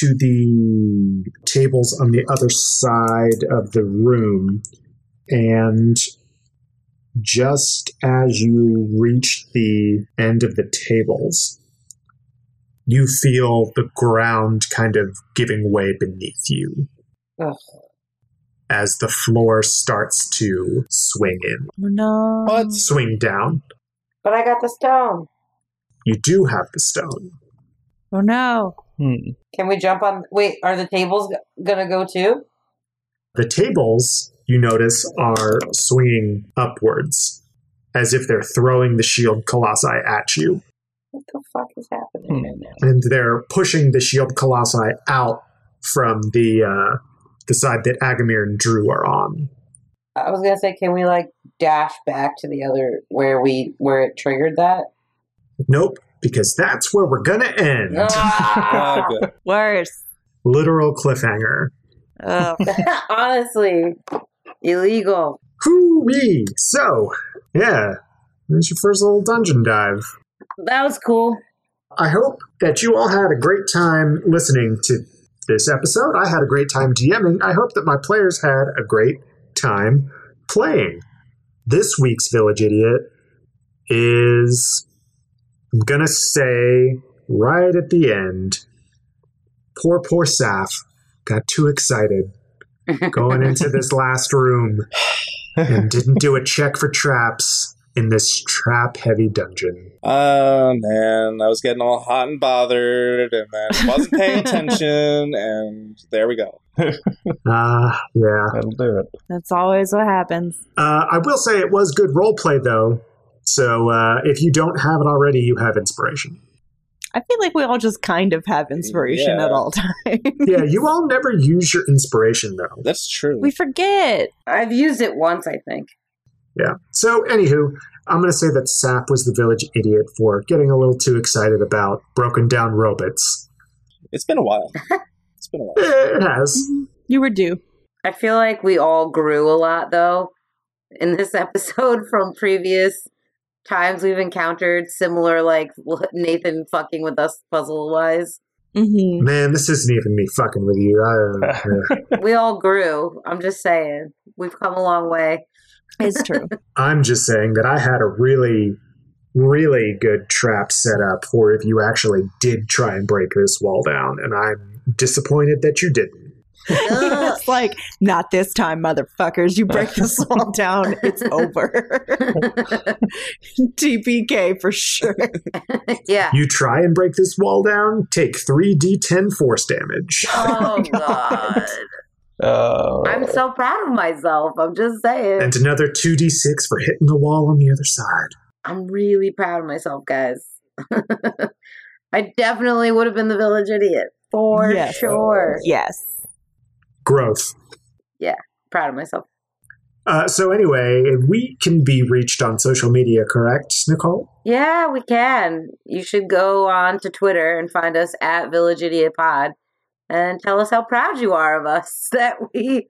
Speaker 1: to the tables on the other side of the room, and just as you reach the end of the tables, you feel the ground kind of giving way beneath you.
Speaker 4: Ugh.
Speaker 1: As the floor starts to swing in,
Speaker 2: Oh, No.
Speaker 3: What?
Speaker 1: swing down.
Speaker 4: but I got the stone.
Speaker 1: You do have the stone.
Speaker 2: Oh no.
Speaker 8: Hmm.
Speaker 4: Can we jump on? Wait, are the tables g- gonna go too?
Speaker 1: The tables, you notice, are swinging upwards as if they're throwing the shield colossi at you.
Speaker 4: What the fuck is happening right now?
Speaker 1: And they're pushing the shield colossi out from the, uh, the side that Agamir and Drew are on.
Speaker 4: I was gonna say, can we like dash back to the other where we where it triggered that?
Speaker 1: Nope, because that's where we're going to end.
Speaker 4: Ah!
Speaker 3: Okay.
Speaker 2: Worse.
Speaker 1: Literal cliffhanger.
Speaker 2: Ugh.
Speaker 4: Honestly, illegal.
Speaker 1: Hoo-wee! So, yeah, there's your first little dungeon dive.
Speaker 4: That was cool.
Speaker 1: I hope that you all had a great time listening to this episode. I had a great time DMing. I hope that my players had a great time playing. This week's Village Idiot is, I'm going to say right at the end, poor, poor Saf got too excited going into this last room and didn't do a check for traps in this trap heavy dungeon?
Speaker 3: Oh man, I was getting all hot and bothered, and then wasn't paying attention, and there we go.
Speaker 1: Ah, yeah.
Speaker 8: That'll do it.
Speaker 2: That's always what happens.
Speaker 1: Uh, I will say it was good role play though. So uh, if you don't have it already, you have inspiration.
Speaker 2: I feel like we all just kind of have inspiration at
Speaker 3: Yeah.
Speaker 2: all times.
Speaker 1: Yeah, you all never use your inspiration though.
Speaker 3: That's true.
Speaker 2: we forget.
Speaker 4: I've used it once, I think.
Speaker 1: Yeah. So, anywho, I'm going to say that Sap was the village idiot for getting a little too excited about broken down robots.
Speaker 3: It's been a while. It's been a while.
Speaker 1: Eh, It has.
Speaker 2: You were due.
Speaker 4: I feel like we all grew a lot though in this episode from previous times we've encountered similar like Nathan fucking with us puzzle wise.
Speaker 2: hmm
Speaker 1: Man, this isn't even me fucking with you. I, uh,
Speaker 4: We all grew. I'm just saying. We've come a long way.
Speaker 2: It's true.
Speaker 1: I'm just saying that I had a really, really good trap set up for if you actually did try and break this wall down, and I'm disappointed that you didn't.
Speaker 4: Ugh.
Speaker 2: it's like, not this time, motherfuckers. You break this wall down, it's over. TPK for sure.
Speaker 4: yeah.
Speaker 1: You try and break this wall down, take 3d10 force damage.
Speaker 4: Oh
Speaker 2: God.
Speaker 4: god.
Speaker 8: Uh,
Speaker 4: I'm so proud of myself. I'm just saying.
Speaker 1: And another 2d6 for hitting the wall on the other side.
Speaker 4: I'm really proud of myself, guys. I definitely would have been the village idiot. For
Speaker 2: Yes.
Speaker 4: sure.
Speaker 2: Yes.
Speaker 1: Growth.
Speaker 4: Proud of myself.
Speaker 1: Uh, so anyway, we can be reached on social media, correct, Nicole?
Speaker 4: Yeah, we can. You should go on to Twitter and find us at Village Idiot Pod and tell us how proud you are of us that we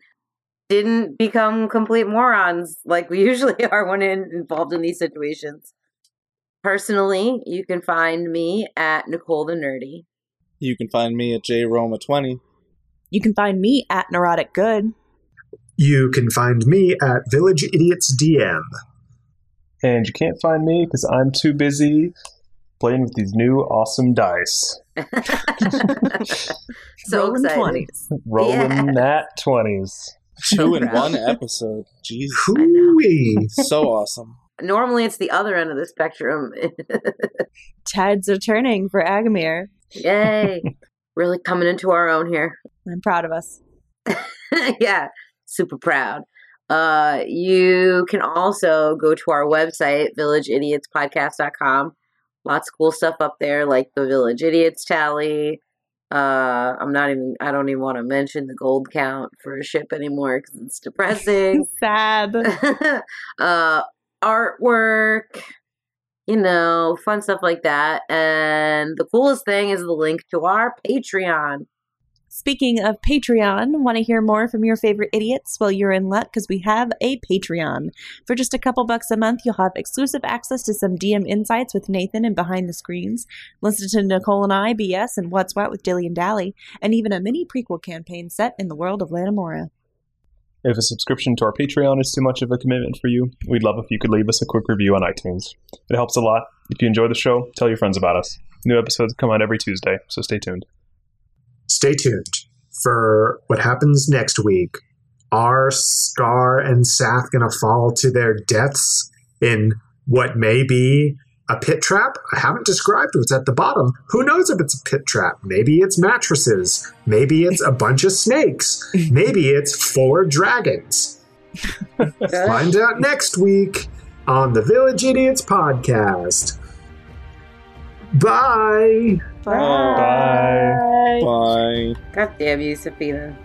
Speaker 4: didn't become complete morons like we usually are when in, involved in these situations. Personally, you can find me at Nicole the Nerdy.
Speaker 3: You can find me at jroma20.
Speaker 2: You can find me at Neurotic Good.
Speaker 1: You can find me at Village Idiots DM.
Speaker 8: and you can't find me because I'm too busy playing with these new awesome dice.
Speaker 4: so
Speaker 2: Rolling
Speaker 4: excited.
Speaker 2: 20s.
Speaker 8: Rolling
Speaker 4: Yes.
Speaker 8: that 20s.
Speaker 3: Two in
Speaker 4: Wow.
Speaker 3: one episode. Jeez.
Speaker 1: Hooey!
Speaker 3: So awesome.
Speaker 4: Normally, it's the other end of the spectrum.
Speaker 2: Tides are turning for Agamir.
Speaker 4: Yay. really coming into our own here.
Speaker 2: I'm proud of us.
Speaker 4: yeah, super proud. Uh, you can also go to our website, villageidiotspodcast.com. Lots of cool stuff up there, like the Village Idiots tally. Uh, I'm not even, I don't even want to mention the gold count for a ship anymore because it's depressing.
Speaker 2: Sad.
Speaker 4: uh, artwork, you know, fun stuff like that. And the coolest thing is the link to our Patreon.
Speaker 2: Speaking of Patreon, want to hear more from your favorite idiots? Well, you're in luck because we have a Patreon. For just a couple bucks a month, you'll have exclusive access to some DM insights with Nathan and behind the screens, listen to Nicole and I, BS, and What's What with Dilly and Dally, and even a mini prequel campaign set in the world of Lanamora.
Speaker 8: If a subscription to our Patreon is too much of a commitment for you, we'd love if you could leave us a quick review on iTunes. It helps a lot. If you enjoy the show, tell your friends about us. New episodes come out every Tuesday, so stay tuned.
Speaker 1: Stay tuned for what happens next week. Are Scar and Saf going to fall to their deaths in what may be a pit trap? I haven't described what's at the bottom. Who knows if it's a pit trap? Maybe it's mattresses. Maybe it's a bunch of snakes. Maybe it's four dragons. Find out next week on the Village Idiots podcast. Bye.
Speaker 8: Bye.
Speaker 3: Bye.
Speaker 4: God damn you, Sabina.